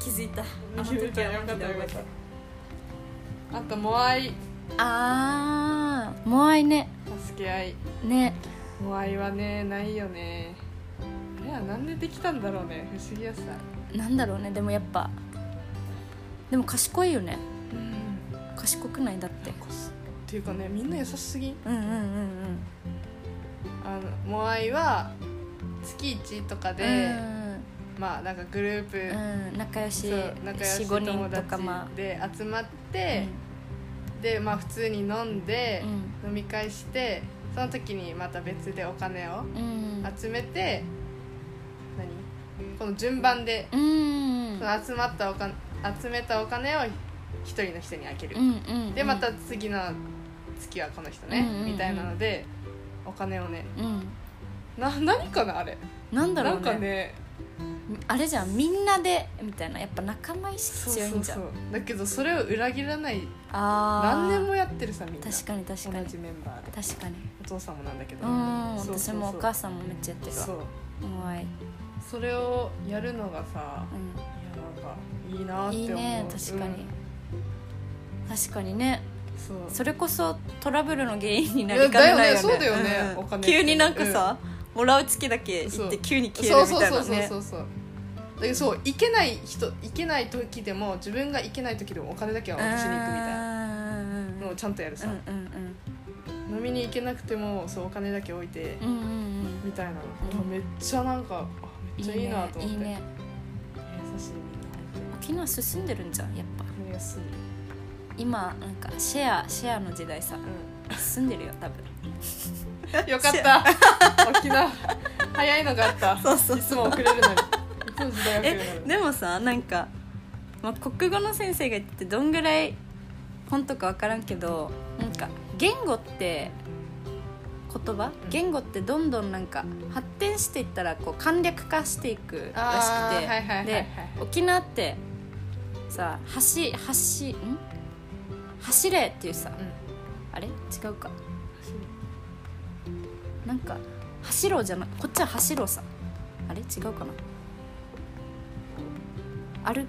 [SPEAKER 1] 気づいたあの
[SPEAKER 2] 気づい
[SPEAKER 1] 時
[SPEAKER 2] た
[SPEAKER 1] は
[SPEAKER 2] よか
[SPEAKER 1] マ
[SPEAKER 2] っ
[SPEAKER 1] ジで
[SPEAKER 2] たよ
[SPEAKER 1] 覚え
[SPEAKER 2] かって
[SPEAKER 1] る
[SPEAKER 2] たあとモアイ
[SPEAKER 1] あーもあいね
[SPEAKER 2] 助け合い
[SPEAKER 1] ね
[SPEAKER 2] モアイはねないよねあれはなんでできたんだろうね不思議やさ
[SPEAKER 1] なんだろうねでもやっぱでも賢いよね
[SPEAKER 2] うん
[SPEAKER 1] 賢くないだって
[SPEAKER 2] っていうかねみんな優しすぎん
[SPEAKER 1] うんうんうん
[SPEAKER 2] あのモアイは月1とか
[SPEAKER 1] うんう
[SPEAKER 2] で、
[SPEAKER 1] ん
[SPEAKER 2] まあなんかグループ、
[SPEAKER 1] うん仲良し
[SPEAKER 2] そう仲良し
[SPEAKER 1] 45人
[SPEAKER 2] 友
[SPEAKER 1] とか
[SPEAKER 2] 達
[SPEAKER 1] ま
[SPEAKER 2] で集まっ
[SPEAKER 1] あ
[SPEAKER 2] て、でまあ普通に飲んで
[SPEAKER 1] う、ん
[SPEAKER 2] 飲み会してその時にまた別でお金を
[SPEAKER 1] うん
[SPEAKER 2] 集めて、何この順番で、
[SPEAKER 1] うんうん
[SPEAKER 2] その集まったお金集めたお金を一人の人にあげる、
[SPEAKER 1] うんうん
[SPEAKER 2] でまた次の月はこの人ね、
[SPEAKER 1] うんうんうん
[SPEAKER 2] みたいなのでお金をね
[SPEAKER 1] うん
[SPEAKER 2] な何かなあれ
[SPEAKER 1] なんだ
[SPEAKER 2] な
[SPEAKER 1] ろ
[SPEAKER 2] ん
[SPEAKER 1] う
[SPEAKER 2] か
[SPEAKER 1] ね
[SPEAKER 2] ね
[SPEAKER 1] あれじゃんみんなでみたいなやっぱ仲間意識強いんじゃん
[SPEAKER 2] だけどそれを裏切らない
[SPEAKER 1] あー
[SPEAKER 2] 何年もやってるさみんな
[SPEAKER 1] 確かに確かに
[SPEAKER 2] 同じメンバーで
[SPEAKER 1] 確かに
[SPEAKER 2] お父さんもなんだけど
[SPEAKER 1] うん
[SPEAKER 2] そ
[SPEAKER 1] 私
[SPEAKER 2] うそうそう
[SPEAKER 1] もお母さんもめっちゃやってる
[SPEAKER 2] そう
[SPEAKER 1] わもあい
[SPEAKER 2] それをやるのがさ
[SPEAKER 1] うん
[SPEAKER 2] いやなんかいいなって思う
[SPEAKER 1] いいね確かに、確かにね
[SPEAKER 2] うんそう
[SPEAKER 1] それこそトラブルの原因になりかねないよ
[SPEAKER 2] いやだよね
[SPEAKER 1] ね
[SPEAKER 2] そうだよね
[SPEAKER 1] ん
[SPEAKER 2] お金って
[SPEAKER 1] 急になんかさ、もらう月だけ
[SPEAKER 2] そ
[SPEAKER 1] 行っ
[SPEAKER 2] う
[SPEAKER 1] て急に消え
[SPEAKER 2] そう
[SPEAKER 1] るみ
[SPEAKER 2] そう
[SPEAKER 1] たい
[SPEAKER 2] そう
[SPEAKER 1] な
[SPEAKER 2] そう
[SPEAKER 1] ね
[SPEAKER 2] そうそうだけどそう行けない人行けない時でも自分が行けない時でもお金だけは渡しに行くみたいな
[SPEAKER 1] うん
[SPEAKER 2] のをちゃんとやるさ、
[SPEAKER 1] うんうん
[SPEAKER 2] 飲みに行けなくてもそうお金だけ置いて
[SPEAKER 1] うんうんうん
[SPEAKER 2] みたいな、
[SPEAKER 1] うん
[SPEAKER 2] うわめっちゃなんかあめっちゃいいなと思って
[SPEAKER 1] いいね
[SPEAKER 2] 優しいみんな
[SPEAKER 1] 沖縄進んでるんじゃんやっぱ
[SPEAKER 2] 飲みやすい
[SPEAKER 1] 今なんかシェアシェアの時代さ住んでるよ多分
[SPEAKER 2] (laughs) よ
[SPEAKER 1] (laughs)
[SPEAKER 2] かった沖縄早いのがあった
[SPEAKER 1] そうそう
[SPEAKER 2] いつも遅れるのにいつも時代遅れる
[SPEAKER 1] え
[SPEAKER 2] のに
[SPEAKER 1] でもさなんか、まあ、国語の先生が言っててどんぐらい本とか分からんけどなんか言語って言葉言語ってどんどんなんか発展していったらこう簡略化していくらし
[SPEAKER 2] あ
[SPEAKER 1] く
[SPEAKER 2] ー
[SPEAKER 1] て、
[SPEAKER 2] はいはいはいはい
[SPEAKER 1] で沖縄ってさ「橋」「橋」ん「走れ」っていうさ
[SPEAKER 2] うん
[SPEAKER 1] あれ違うかなんか「走ろう」じゃないこっちは「走ろう」さあれ違うかな歩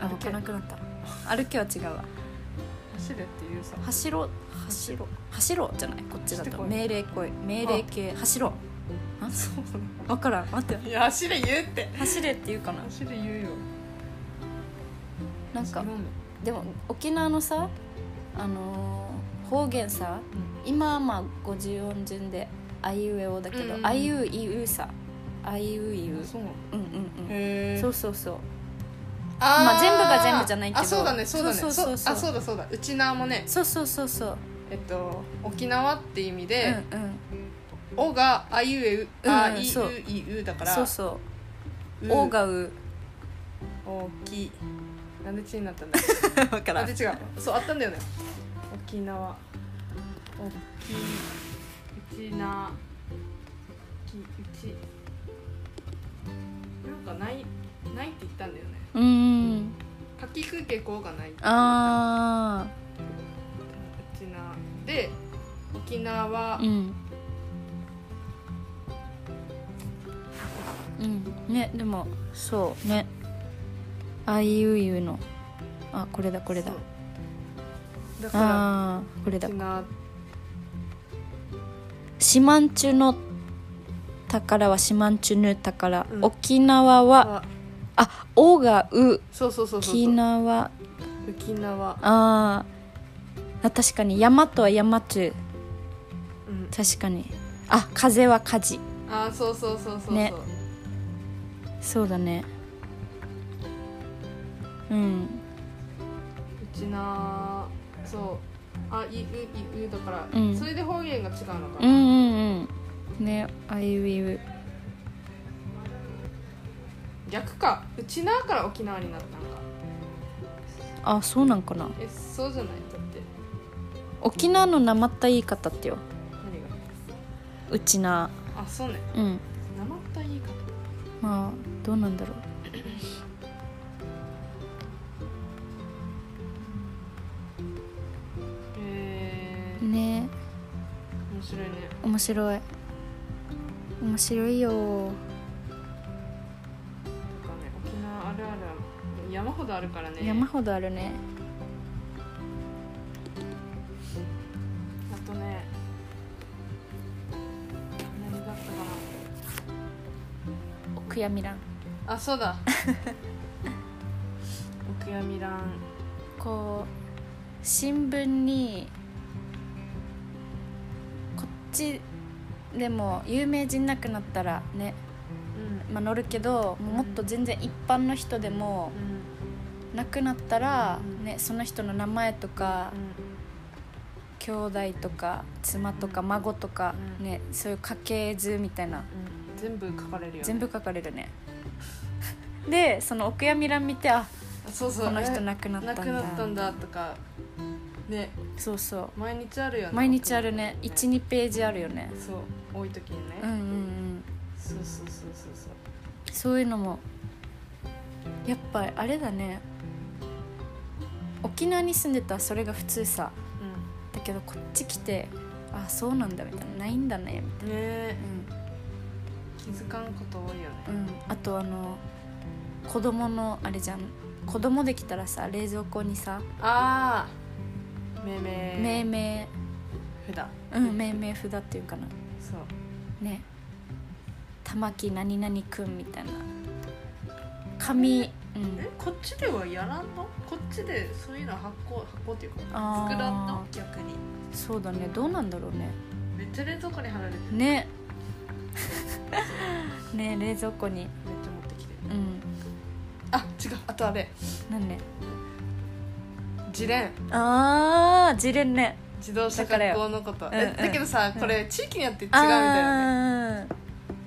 [SPEAKER 1] あ
[SPEAKER 2] 歩
[SPEAKER 1] 歩
[SPEAKER 2] け
[SPEAKER 1] けなくなった歩けは違うわ
[SPEAKER 2] 走れっていうさ
[SPEAKER 1] 「走ろう」「走ろう」「走ろう」じゃないこっちだ
[SPEAKER 2] 走って
[SPEAKER 1] と
[SPEAKER 2] こい
[SPEAKER 1] 命令声命令系「走ろう」あ
[SPEAKER 2] そう
[SPEAKER 1] 分からん待って
[SPEAKER 2] いや走れ言うって
[SPEAKER 1] 走れって言うかな
[SPEAKER 2] 走れ言うよ
[SPEAKER 1] なんか
[SPEAKER 2] 違うの
[SPEAKER 1] でも沖縄のさあのー方言さ今はまあ50音順で「あいうえお」だけど
[SPEAKER 2] うん
[SPEAKER 1] 「
[SPEAKER 2] うん
[SPEAKER 1] あいういう」さ「あいういう
[SPEAKER 2] あ」そうなの
[SPEAKER 1] うんうんうん
[SPEAKER 2] へえ
[SPEAKER 1] そうそうそう
[SPEAKER 2] あー
[SPEAKER 1] まあ全部が全部じゃないけど
[SPEAKER 2] あそうだねそうだね
[SPEAKER 1] そうそうそうそう
[SPEAKER 2] あそうだそうだうちなーもね
[SPEAKER 1] そうそうそうそう
[SPEAKER 2] えっと沖縄って意味で、
[SPEAKER 1] うんうん
[SPEAKER 2] おがあいうえう
[SPEAKER 1] うん
[SPEAKER 2] あいう
[SPEAKER 1] そう
[SPEAKER 2] いうだから
[SPEAKER 1] そうそうう「お」が「う
[SPEAKER 2] 大きいなんでちになったんだ」
[SPEAKER 1] 分か
[SPEAKER 2] あで違うそうあったんだよね沖縄沖うちなきうちなんかないないって言ったんだよね
[SPEAKER 1] うーん
[SPEAKER 2] かきくけこうがないって言った
[SPEAKER 1] あ
[SPEAKER 2] うちなで沖縄、
[SPEAKER 1] あうんうんねでもそうね「あいういう」のあこれだこれだ
[SPEAKER 2] そうだか
[SPEAKER 1] ああこれだ
[SPEAKER 2] ら沖縄
[SPEAKER 1] 四万十の宝は四万十の宝、
[SPEAKER 2] うん
[SPEAKER 1] 沖縄は
[SPEAKER 2] は
[SPEAKER 1] あおがう
[SPEAKER 2] そうそうそうそう
[SPEAKER 1] 沖縄
[SPEAKER 2] 沖縄
[SPEAKER 1] あーあ確かに山とは山と
[SPEAKER 2] うん
[SPEAKER 1] 確かにあ風は火事
[SPEAKER 2] あーそうそうそうそうそう、
[SPEAKER 1] ねそうだねうん
[SPEAKER 2] うちなそうあいういうだから、
[SPEAKER 1] うん
[SPEAKER 2] それで方言が違うのかな、
[SPEAKER 1] うんうんうんねあいういう
[SPEAKER 2] 逆かうちなから沖縄になったのか
[SPEAKER 1] あそうなんかな
[SPEAKER 2] えそうじゃないだって
[SPEAKER 1] 沖縄のなまった言い方ってよ
[SPEAKER 2] 何
[SPEAKER 1] うちな
[SPEAKER 2] があそうね
[SPEAKER 1] うん
[SPEAKER 2] なまった言い方
[SPEAKER 1] まあどうなんだろう
[SPEAKER 2] えー、
[SPEAKER 1] ね
[SPEAKER 2] 面白いね
[SPEAKER 1] 面白い面白いよ
[SPEAKER 2] とかね沖縄あるある山ほどあるからね
[SPEAKER 1] 山ほどあるね
[SPEAKER 2] あとね何だったか
[SPEAKER 1] お悔やみらん
[SPEAKER 2] なあそうだ (laughs) お悔やみらん
[SPEAKER 1] こう新聞にこっちでも有名人なくなったらね、
[SPEAKER 2] うん
[SPEAKER 1] まあ、載るけどもっと全然一般の人でも
[SPEAKER 2] うん
[SPEAKER 1] なくなったら
[SPEAKER 2] う、ん
[SPEAKER 1] ね、その人の名前とか兄弟とか妻とか孫とか、
[SPEAKER 2] うん
[SPEAKER 1] ね、そういう家系図みたいな
[SPEAKER 2] うん全部書かれるよ、ね、
[SPEAKER 1] 全部書かれるね。 (laughs) でそのお悔やみ欄見てあ
[SPEAKER 2] あそうそう
[SPEAKER 1] この人
[SPEAKER 2] え
[SPEAKER 1] 亡くなったんだ
[SPEAKER 2] 亡くなったんだとかね
[SPEAKER 1] そうそう
[SPEAKER 2] 毎日あるよね
[SPEAKER 1] 毎日あるね
[SPEAKER 2] 僕も
[SPEAKER 1] 12ページあるよね
[SPEAKER 2] そう多い時にね、
[SPEAKER 1] うんうんうん
[SPEAKER 2] そうそうそうそうそう
[SPEAKER 1] そういうのもやっぱあれだね沖縄に住んでたらそれが普通さ
[SPEAKER 2] う
[SPEAKER 1] だけどこっち来てあそうなんだみたいなないんだね
[SPEAKER 2] んねえ
[SPEAKER 1] う
[SPEAKER 2] 気づかんこと多いよね
[SPEAKER 1] ん、うん、あとあの子供のあれじゃん子供できたらさ冷蔵庫にさ
[SPEAKER 2] ああめめ
[SPEAKER 1] 命名
[SPEAKER 2] ふだ
[SPEAKER 1] うん命名札っていうかな
[SPEAKER 2] そう
[SPEAKER 1] ね玉木何々くんみたいな紙うん
[SPEAKER 2] えこっちではやらんのこっちでそういうの発行発行っていうか
[SPEAKER 1] あー
[SPEAKER 2] 作らんの逆に
[SPEAKER 1] そうだねどうなんだろうね
[SPEAKER 2] めっちゃ冷蔵庫に貼られてる
[SPEAKER 1] ねね冷蔵庫に
[SPEAKER 2] めっちゃ持ってきてる
[SPEAKER 1] うん
[SPEAKER 2] あ違うあとあれ
[SPEAKER 1] 何ね
[SPEAKER 2] 地自連
[SPEAKER 1] ああ自連ね
[SPEAKER 2] 自動車学校のこと
[SPEAKER 1] だから
[SPEAKER 2] え
[SPEAKER 1] よ
[SPEAKER 2] だ
[SPEAKER 1] うんうん
[SPEAKER 2] けどさこれ地域によって違うみ
[SPEAKER 1] あ
[SPEAKER 2] たいなね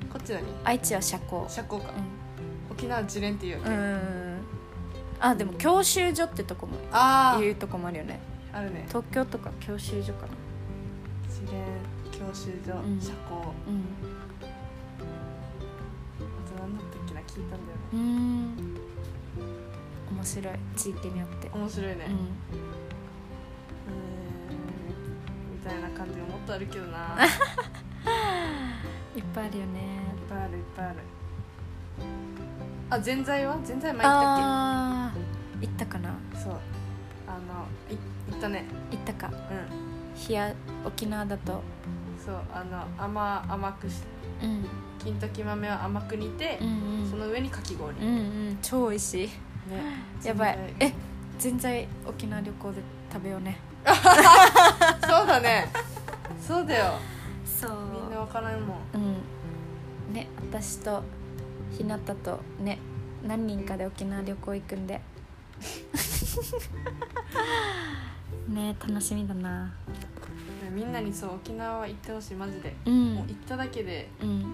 [SPEAKER 1] ー
[SPEAKER 2] こっち何
[SPEAKER 1] 愛知は社交
[SPEAKER 2] 社交か
[SPEAKER 1] う
[SPEAKER 2] 沖縄自連っていうわけ
[SPEAKER 1] ん、うん、あでも教習所ってとこも
[SPEAKER 2] あ
[SPEAKER 1] いうとこもあるよね
[SPEAKER 2] ああるね
[SPEAKER 1] 東京とか教習所かな
[SPEAKER 2] 自連教習所
[SPEAKER 1] うん
[SPEAKER 2] 社交あ
[SPEAKER 1] う
[SPEAKER 2] と何だったっけな聞いたんだよ
[SPEAKER 1] ん
[SPEAKER 2] ね
[SPEAKER 1] うん面白い地域によって、
[SPEAKER 2] 面白いね
[SPEAKER 1] う
[SPEAKER 2] うん
[SPEAKER 1] ん、
[SPEAKER 2] みたいな感じももっとあるけどないっ
[SPEAKER 1] いっぱいあるよね
[SPEAKER 2] ぱいあるいっぱいあるあぜんざいはぜんざい前行ったっ
[SPEAKER 1] あー行ったかな
[SPEAKER 2] けそうあのい行ったね
[SPEAKER 1] 行ったか
[SPEAKER 2] うん
[SPEAKER 1] 冷や沖縄だと
[SPEAKER 2] そうあの甘甘くして
[SPEAKER 1] うん
[SPEAKER 2] 金時豆を甘く煮て
[SPEAKER 1] う、んうん
[SPEAKER 2] その上にかき氷、
[SPEAKER 1] うんうん超美味しい
[SPEAKER 2] ね
[SPEAKER 1] やばい
[SPEAKER 2] え
[SPEAKER 1] えぜんざい沖縄旅行で食べようね
[SPEAKER 2] そうだ
[SPEAKER 1] (laughs)
[SPEAKER 2] ねそうだよ
[SPEAKER 1] そう
[SPEAKER 2] みんなわからんもん
[SPEAKER 1] うんね私とひなたとね何人かで沖縄旅行行くん
[SPEAKER 2] (laughs)
[SPEAKER 1] でね楽しみだな
[SPEAKER 2] ねみんなにそう沖縄は行ってほしいマジで、
[SPEAKER 1] う
[SPEAKER 2] もうん行っただけで
[SPEAKER 1] うん
[SPEAKER 2] 行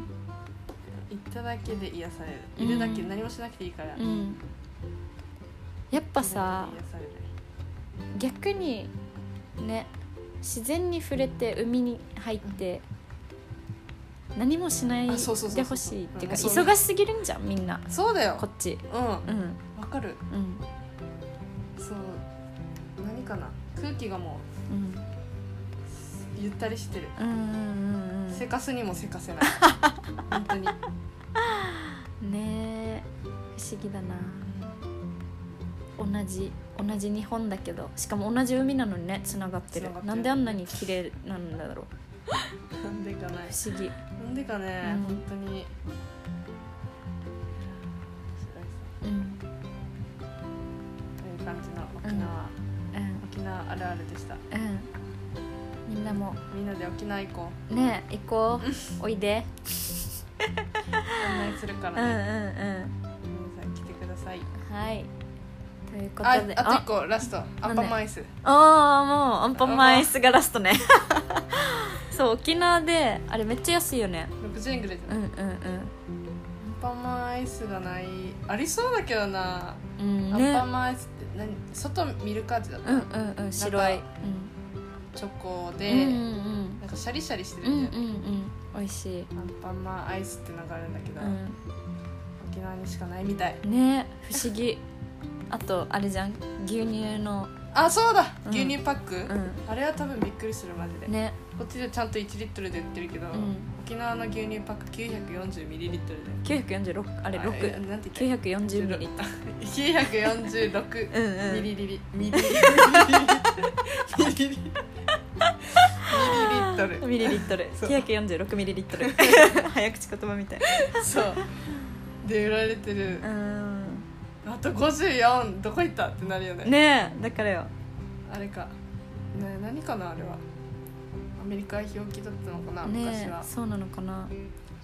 [SPEAKER 2] っただけで癒される
[SPEAKER 1] うん
[SPEAKER 2] いるだけ何もしなくていいから、
[SPEAKER 1] うんやっぱさ
[SPEAKER 2] いるだけで癒される
[SPEAKER 1] 逆にね自然に触れて海に入って何もしない
[SPEAKER 2] あそうそうそうそう
[SPEAKER 1] でほしいっていうか
[SPEAKER 2] うんそう
[SPEAKER 1] 忙しすぎるんじゃんみんな
[SPEAKER 2] そうだよ
[SPEAKER 1] こっち
[SPEAKER 2] うんわ
[SPEAKER 1] うん
[SPEAKER 2] かる
[SPEAKER 1] うん
[SPEAKER 2] そう何かな空気がも
[SPEAKER 1] うん
[SPEAKER 2] うゆったりしてる、
[SPEAKER 1] うんうん
[SPEAKER 2] せかすにもせ
[SPEAKER 1] (laughs)
[SPEAKER 2] かせない本当に
[SPEAKER 1] うんねえ不思議だな同じ同じ日本だけどしかも同じ海なのにねつながってる
[SPEAKER 2] 繋がってる
[SPEAKER 1] なんであんなに綺麗なんだろう
[SPEAKER 2] なんでかない
[SPEAKER 1] 不
[SPEAKER 2] (laughs)
[SPEAKER 1] 思議
[SPEAKER 2] なんでかね、
[SPEAKER 1] うん
[SPEAKER 2] 本当に
[SPEAKER 1] うん
[SPEAKER 2] という感じの沖縄、
[SPEAKER 1] うん
[SPEAKER 2] 沖縄あるあるでした
[SPEAKER 1] うんみんなも
[SPEAKER 2] みんなで沖縄行こう
[SPEAKER 1] ねえ行こ
[SPEAKER 2] (laughs)
[SPEAKER 1] うおいで
[SPEAKER 2] 案内するか
[SPEAKER 1] うんうん
[SPEAKER 2] らね、
[SPEAKER 1] う
[SPEAKER 2] 皆さん来てください
[SPEAKER 1] んはいということ
[SPEAKER 2] あ
[SPEAKER 1] で
[SPEAKER 2] あと一個ラストアンパンマンアイス
[SPEAKER 1] あもうアンパンマンアイスがラスト
[SPEAKER 2] (laughs)
[SPEAKER 1] ねそう沖縄であれめっちゃ安いよね
[SPEAKER 2] 60円ぐらいじゃ
[SPEAKER 1] う
[SPEAKER 2] ない、
[SPEAKER 1] ん
[SPEAKER 2] ア
[SPEAKER 1] う
[SPEAKER 2] ン
[SPEAKER 1] ん
[SPEAKER 2] パンマンアイスがないありそうだけどな、
[SPEAKER 1] うんうん
[SPEAKER 2] アンパ
[SPEAKER 1] ね
[SPEAKER 2] ンマンアイスって何外ミルク味だった、
[SPEAKER 1] うんうんうん白い
[SPEAKER 2] チョコ
[SPEAKER 1] う
[SPEAKER 2] で、
[SPEAKER 1] んうんうん
[SPEAKER 2] なんかシャリシャリして
[SPEAKER 1] う
[SPEAKER 2] る
[SPEAKER 1] んうんん
[SPEAKER 2] だよね、
[SPEAKER 1] うん美味しい
[SPEAKER 2] アンパンマンアイスってのがあるんだけど、
[SPEAKER 1] う
[SPEAKER 2] 沖縄にしかないみたい
[SPEAKER 1] んね不思議 (laughs) あとあれじゃん牛乳の
[SPEAKER 2] あそうだ
[SPEAKER 1] うん
[SPEAKER 2] 牛乳パック、
[SPEAKER 1] う
[SPEAKER 2] あれは多分びっくりするマジで、
[SPEAKER 1] んね
[SPEAKER 2] こっちでちゃんと1リットルで売ってるけど、
[SPEAKER 1] ん
[SPEAKER 2] 沖縄の牛乳パック940ミリリットルで
[SPEAKER 1] 946あれ
[SPEAKER 2] えなんて言った
[SPEAKER 1] 6940ミリ
[SPEAKER 2] (laughs)
[SPEAKER 1] ってう
[SPEAKER 2] 946
[SPEAKER 1] ん (laughs) うん
[SPEAKER 2] ミリリリ
[SPEAKER 1] (laughs)
[SPEAKER 2] ミリリリミリリリットル
[SPEAKER 1] (laughs) ミリリットル
[SPEAKER 2] そう
[SPEAKER 1] 946ミリリット
[SPEAKER 2] (laughs)
[SPEAKER 1] ル早口言葉みたい
[SPEAKER 2] そうで売られてる
[SPEAKER 1] うん
[SPEAKER 2] あと54どこ行ったってなるよね
[SPEAKER 1] ねえだからよ
[SPEAKER 2] あれか、ね、何かなあれはアメリカ表記だったのかな、昔
[SPEAKER 1] ね
[SPEAKER 2] は
[SPEAKER 1] えそうなのかな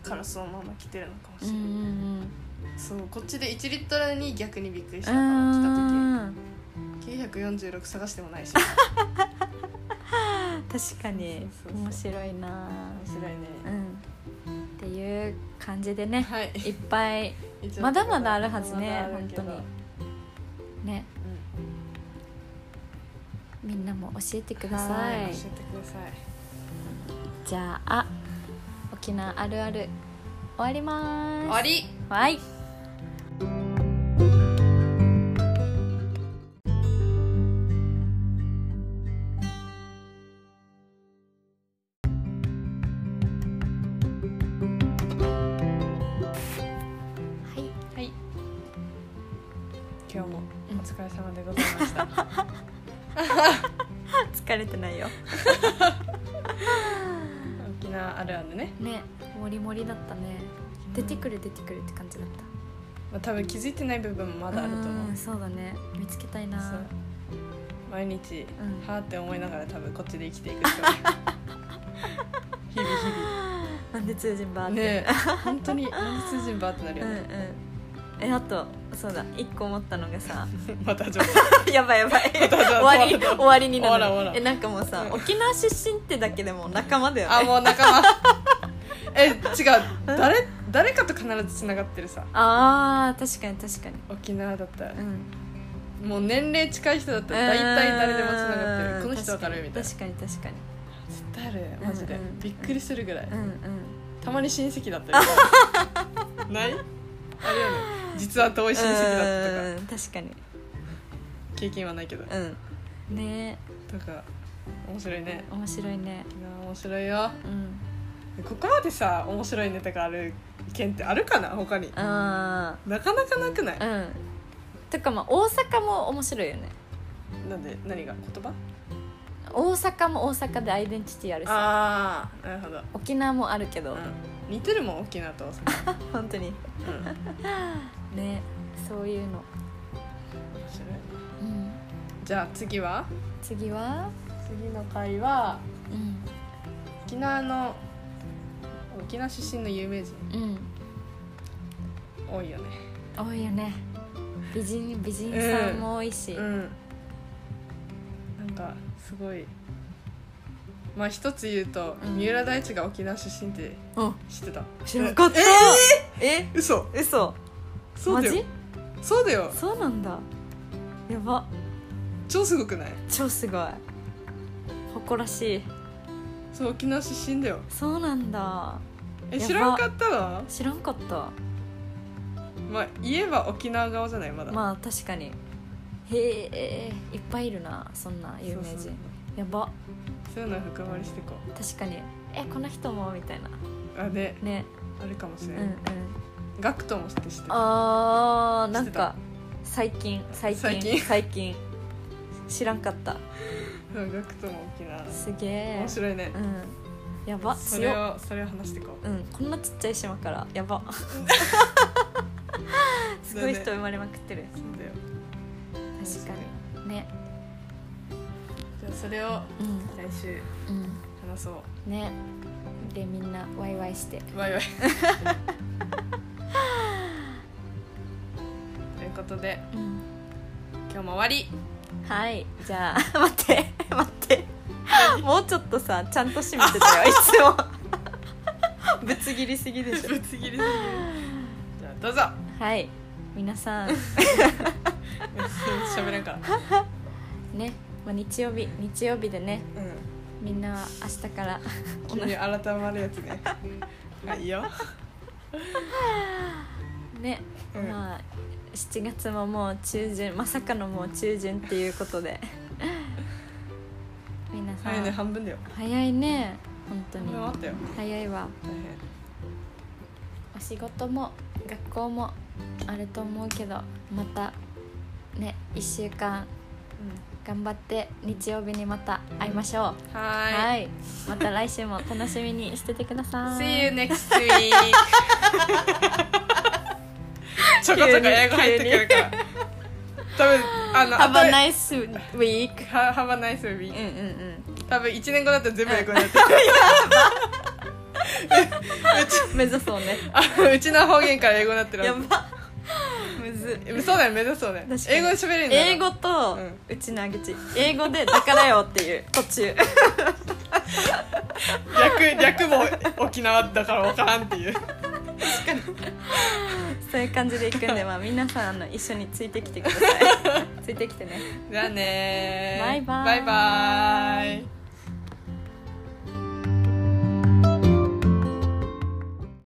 [SPEAKER 2] からそのまま来てるのかも
[SPEAKER 1] う
[SPEAKER 2] しれ
[SPEAKER 1] ん
[SPEAKER 2] な
[SPEAKER 1] う
[SPEAKER 2] い、
[SPEAKER 1] ん
[SPEAKER 2] そうこっちで1リットルに逆にびっくりし
[SPEAKER 1] う
[SPEAKER 2] たから来
[SPEAKER 1] ん
[SPEAKER 2] た時946探してもない
[SPEAKER 1] (laughs)
[SPEAKER 2] し
[SPEAKER 1] 確かに
[SPEAKER 2] そうそうそう
[SPEAKER 1] 面白いな
[SPEAKER 2] 面白いね
[SPEAKER 1] うんっていう感じでね
[SPEAKER 2] はい
[SPEAKER 1] いっぱい
[SPEAKER 2] 一応
[SPEAKER 1] まだまだあるはずね
[SPEAKER 2] まだあるけど
[SPEAKER 1] 本ねみんなも教えてく
[SPEAKER 2] うん
[SPEAKER 1] ださ
[SPEAKER 2] はい
[SPEAKER 1] い
[SPEAKER 2] 教えてください
[SPEAKER 1] じゃあ沖縄あるある終わります
[SPEAKER 2] 終わり
[SPEAKER 1] はいはい (laughs)
[SPEAKER 2] はい今日もお疲れ様でございました
[SPEAKER 1] (laughs) 疲れてないよ
[SPEAKER 2] 沖縄あるあるね、
[SPEAKER 1] ねモリモリだったね出てくる出てくるって感じだった
[SPEAKER 2] まあ、多分気づいてない部分もまだあると思うん
[SPEAKER 1] そうだね見つけたい
[SPEAKER 2] そう
[SPEAKER 1] な
[SPEAKER 2] 毎日、
[SPEAKER 1] うん
[SPEAKER 2] はあって思いながら多分こっちで生きて
[SPEAKER 1] (laughs)
[SPEAKER 2] いくしかない日々日
[SPEAKER 1] (laughs) なんで通じんばー
[SPEAKER 2] 々
[SPEAKER 1] って
[SPEAKER 2] ねえ本当に何通人バーってなる
[SPEAKER 1] う
[SPEAKER 2] よ
[SPEAKER 1] んう
[SPEAKER 2] ね、
[SPEAKER 1] んえあとそうだ一個思ったのがさ
[SPEAKER 2] またじゃ
[SPEAKER 1] (laughs) やばいやば
[SPEAKER 2] (laughs)
[SPEAKER 1] い終
[SPEAKER 2] た終
[SPEAKER 1] わ
[SPEAKER 2] わ
[SPEAKER 1] り
[SPEAKER 2] り
[SPEAKER 1] 終わりにな
[SPEAKER 2] 終わらん終
[SPEAKER 1] る
[SPEAKER 2] わらん
[SPEAKER 1] えなんかもうさ
[SPEAKER 2] うん
[SPEAKER 1] 沖縄出身ってだけでもう仲間だよ
[SPEAKER 2] ああ
[SPEAKER 1] ね
[SPEAKER 2] もう仲間 (laughs) え違う誰誰かと必ずつながってるさ
[SPEAKER 1] あー確かに確かに
[SPEAKER 2] 沖縄だったら
[SPEAKER 1] うん
[SPEAKER 2] もう年齢近い人だったら大体誰でもつながってるこの人わかるみたいな絶
[SPEAKER 1] 確かに確かに
[SPEAKER 2] 対あるマジで
[SPEAKER 1] うんうん
[SPEAKER 2] びっくりするぐらい
[SPEAKER 1] 確
[SPEAKER 2] (laughs)
[SPEAKER 1] かにうん
[SPEAKER 2] たまに親戚だったりとか (laughs) ないあれよね実は遠
[SPEAKER 1] うん
[SPEAKER 2] い親戚だったとか
[SPEAKER 1] うん確かに
[SPEAKER 2] 経験はないけど
[SPEAKER 1] うんね
[SPEAKER 2] とか面白いね
[SPEAKER 1] え面白いね
[SPEAKER 2] 沖縄面白いよ
[SPEAKER 1] うん
[SPEAKER 2] ここまでさ面白いネタがある県ってあるかな他に
[SPEAKER 1] あ
[SPEAKER 2] なかなかなくない
[SPEAKER 1] ーうんとかまあ大阪も面白いよね
[SPEAKER 2] なんで何が言葉
[SPEAKER 1] 大阪も大阪でアイデンティティあるし
[SPEAKER 2] ああなるほど、
[SPEAKER 1] 沖縄もあるけど、
[SPEAKER 2] うん、似てるもん沖縄と大阪、
[SPEAKER 1] 本当に
[SPEAKER 2] うん、面
[SPEAKER 1] ねそういうの、
[SPEAKER 2] 白い
[SPEAKER 1] うん、
[SPEAKER 2] じゃあ次は
[SPEAKER 1] 次は、
[SPEAKER 2] 次の回は
[SPEAKER 1] うん
[SPEAKER 2] 沖縄の沖縄出身の有名人
[SPEAKER 1] うん、
[SPEAKER 2] 多いよね
[SPEAKER 1] 多いよね美人美人さんも多いし、
[SPEAKER 2] うんなんかすごいまあ一つ言うと、
[SPEAKER 1] うん
[SPEAKER 2] 三浦大知が沖縄出身って
[SPEAKER 1] うん
[SPEAKER 2] 知ってた
[SPEAKER 1] 知らなかった
[SPEAKER 2] え
[SPEAKER 1] え
[SPEAKER 2] ー、嘘
[SPEAKER 1] 嘘
[SPEAKER 2] そ
[SPEAKER 1] マ
[SPEAKER 2] うだよ
[SPEAKER 1] ジ
[SPEAKER 2] そうだよ
[SPEAKER 1] そうなんだやば
[SPEAKER 2] 超すごくない
[SPEAKER 1] 超すごい誇らしい
[SPEAKER 2] そう沖縄出身だよ
[SPEAKER 1] そうなんだ
[SPEAKER 2] え
[SPEAKER 1] やば
[SPEAKER 2] 知らんかったわ
[SPEAKER 1] 知らんかった
[SPEAKER 2] まあ言えば沖縄顔じゃないまだ、
[SPEAKER 1] まあ確かにへえいっぱいいるなそんな有名人
[SPEAKER 2] そうそう
[SPEAKER 1] やば
[SPEAKER 2] そういうのは深掘りしていこ
[SPEAKER 1] 確かにえこの人もみたいな
[SPEAKER 2] うあね
[SPEAKER 1] ね
[SPEAKER 2] あるかもし
[SPEAKER 1] う
[SPEAKER 2] れ
[SPEAKER 1] ん
[SPEAKER 2] な
[SPEAKER 1] う
[SPEAKER 2] い、
[SPEAKER 1] ん
[SPEAKER 2] ガクトも知って知ってる
[SPEAKER 1] あーなん
[SPEAKER 2] 知ってた
[SPEAKER 1] か最近最近
[SPEAKER 2] 最近
[SPEAKER 1] 最近知らんかった
[SPEAKER 2] うんガクトも沖縄
[SPEAKER 1] すげえ
[SPEAKER 2] 面白いね
[SPEAKER 1] うんやば
[SPEAKER 2] それ
[SPEAKER 1] 強っ
[SPEAKER 2] をそれを話していこう
[SPEAKER 1] うんこんなちっちゃい島からや
[SPEAKER 2] (laughs)
[SPEAKER 1] ばすごい人生まれまくってる
[SPEAKER 2] そうだよ
[SPEAKER 1] 確かにね
[SPEAKER 2] じゃあそれを
[SPEAKER 1] うん
[SPEAKER 2] 来週
[SPEAKER 1] う
[SPEAKER 2] 話そ
[SPEAKER 1] んねでみんなワイワイして (laughs)
[SPEAKER 2] うバイバイということで
[SPEAKER 1] うん
[SPEAKER 2] 今日も終わり
[SPEAKER 1] はいじゃあ (laughs) 待って待ってもうちょっとさちゃんと締めてたよいつも
[SPEAKER 2] (laughs)
[SPEAKER 1] ぶつ切りすぎでしょ
[SPEAKER 2] ぶつ切りすぎるじゃあどうぞ (laughs)
[SPEAKER 1] はい皆さん (laughs)
[SPEAKER 2] 喋らんから
[SPEAKER 1] ね、まあ、日曜日日曜日でね
[SPEAKER 2] う
[SPEAKER 1] みんなは明日から (laughs)
[SPEAKER 2] ん急に改まるやつねあいいよ
[SPEAKER 1] ね、
[SPEAKER 2] うん
[SPEAKER 1] まあ7月ももう中旬まさかのもう中旬っていうことで (laughs) 皆さん、
[SPEAKER 2] 早いね半分だよ
[SPEAKER 1] 早いね本当
[SPEAKER 2] 半分あっ
[SPEAKER 1] に
[SPEAKER 2] たよ
[SPEAKER 1] 早いわ
[SPEAKER 2] 大変
[SPEAKER 1] お仕事も学校もあると思うけどまたね1週間頑張って日曜日にまた会いましょう
[SPEAKER 2] はーい
[SPEAKER 1] はいまた来週も楽しみにしててください
[SPEAKER 2] See you next (laughs) week ちょこちょこ英語入ってくるから多分あの
[SPEAKER 1] Have
[SPEAKER 2] あ
[SPEAKER 1] a
[SPEAKER 2] と
[SPEAKER 1] nice week
[SPEAKER 2] は Have a nice week
[SPEAKER 1] うんうんうん
[SPEAKER 2] 多分1年後だったら全部英語になってる
[SPEAKER 1] 目指そうね
[SPEAKER 2] (laughs) あうちの方言から英語になって
[SPEAKER 1] (laughs)
[SPEAKER 2] る
[SPEAKER 1] やばむず
[SPEAKER 2] そうだよ目指そうね
[SPEAKER 1] 確かに
[SPEAKER 2] 英語で喋れるんだ
[SPEAKER 1] 英語と
[SPEAKER 2] うん
[SPEAKER 1] うちのげち英語で「だからよ」っていう (laughs) 途中
[SPEAKER 2] 略略も沖縄だから分からんっていう
[SPEAKER 1] そういう感じでいくんで、まあ、皆さんあの (laughs) 一緒についてきてくださいついてきてね
[SPEAKER 2] じゃあねー
[SPEAKER 1] バイバーイ
[SPEAKER 2] バイバーイ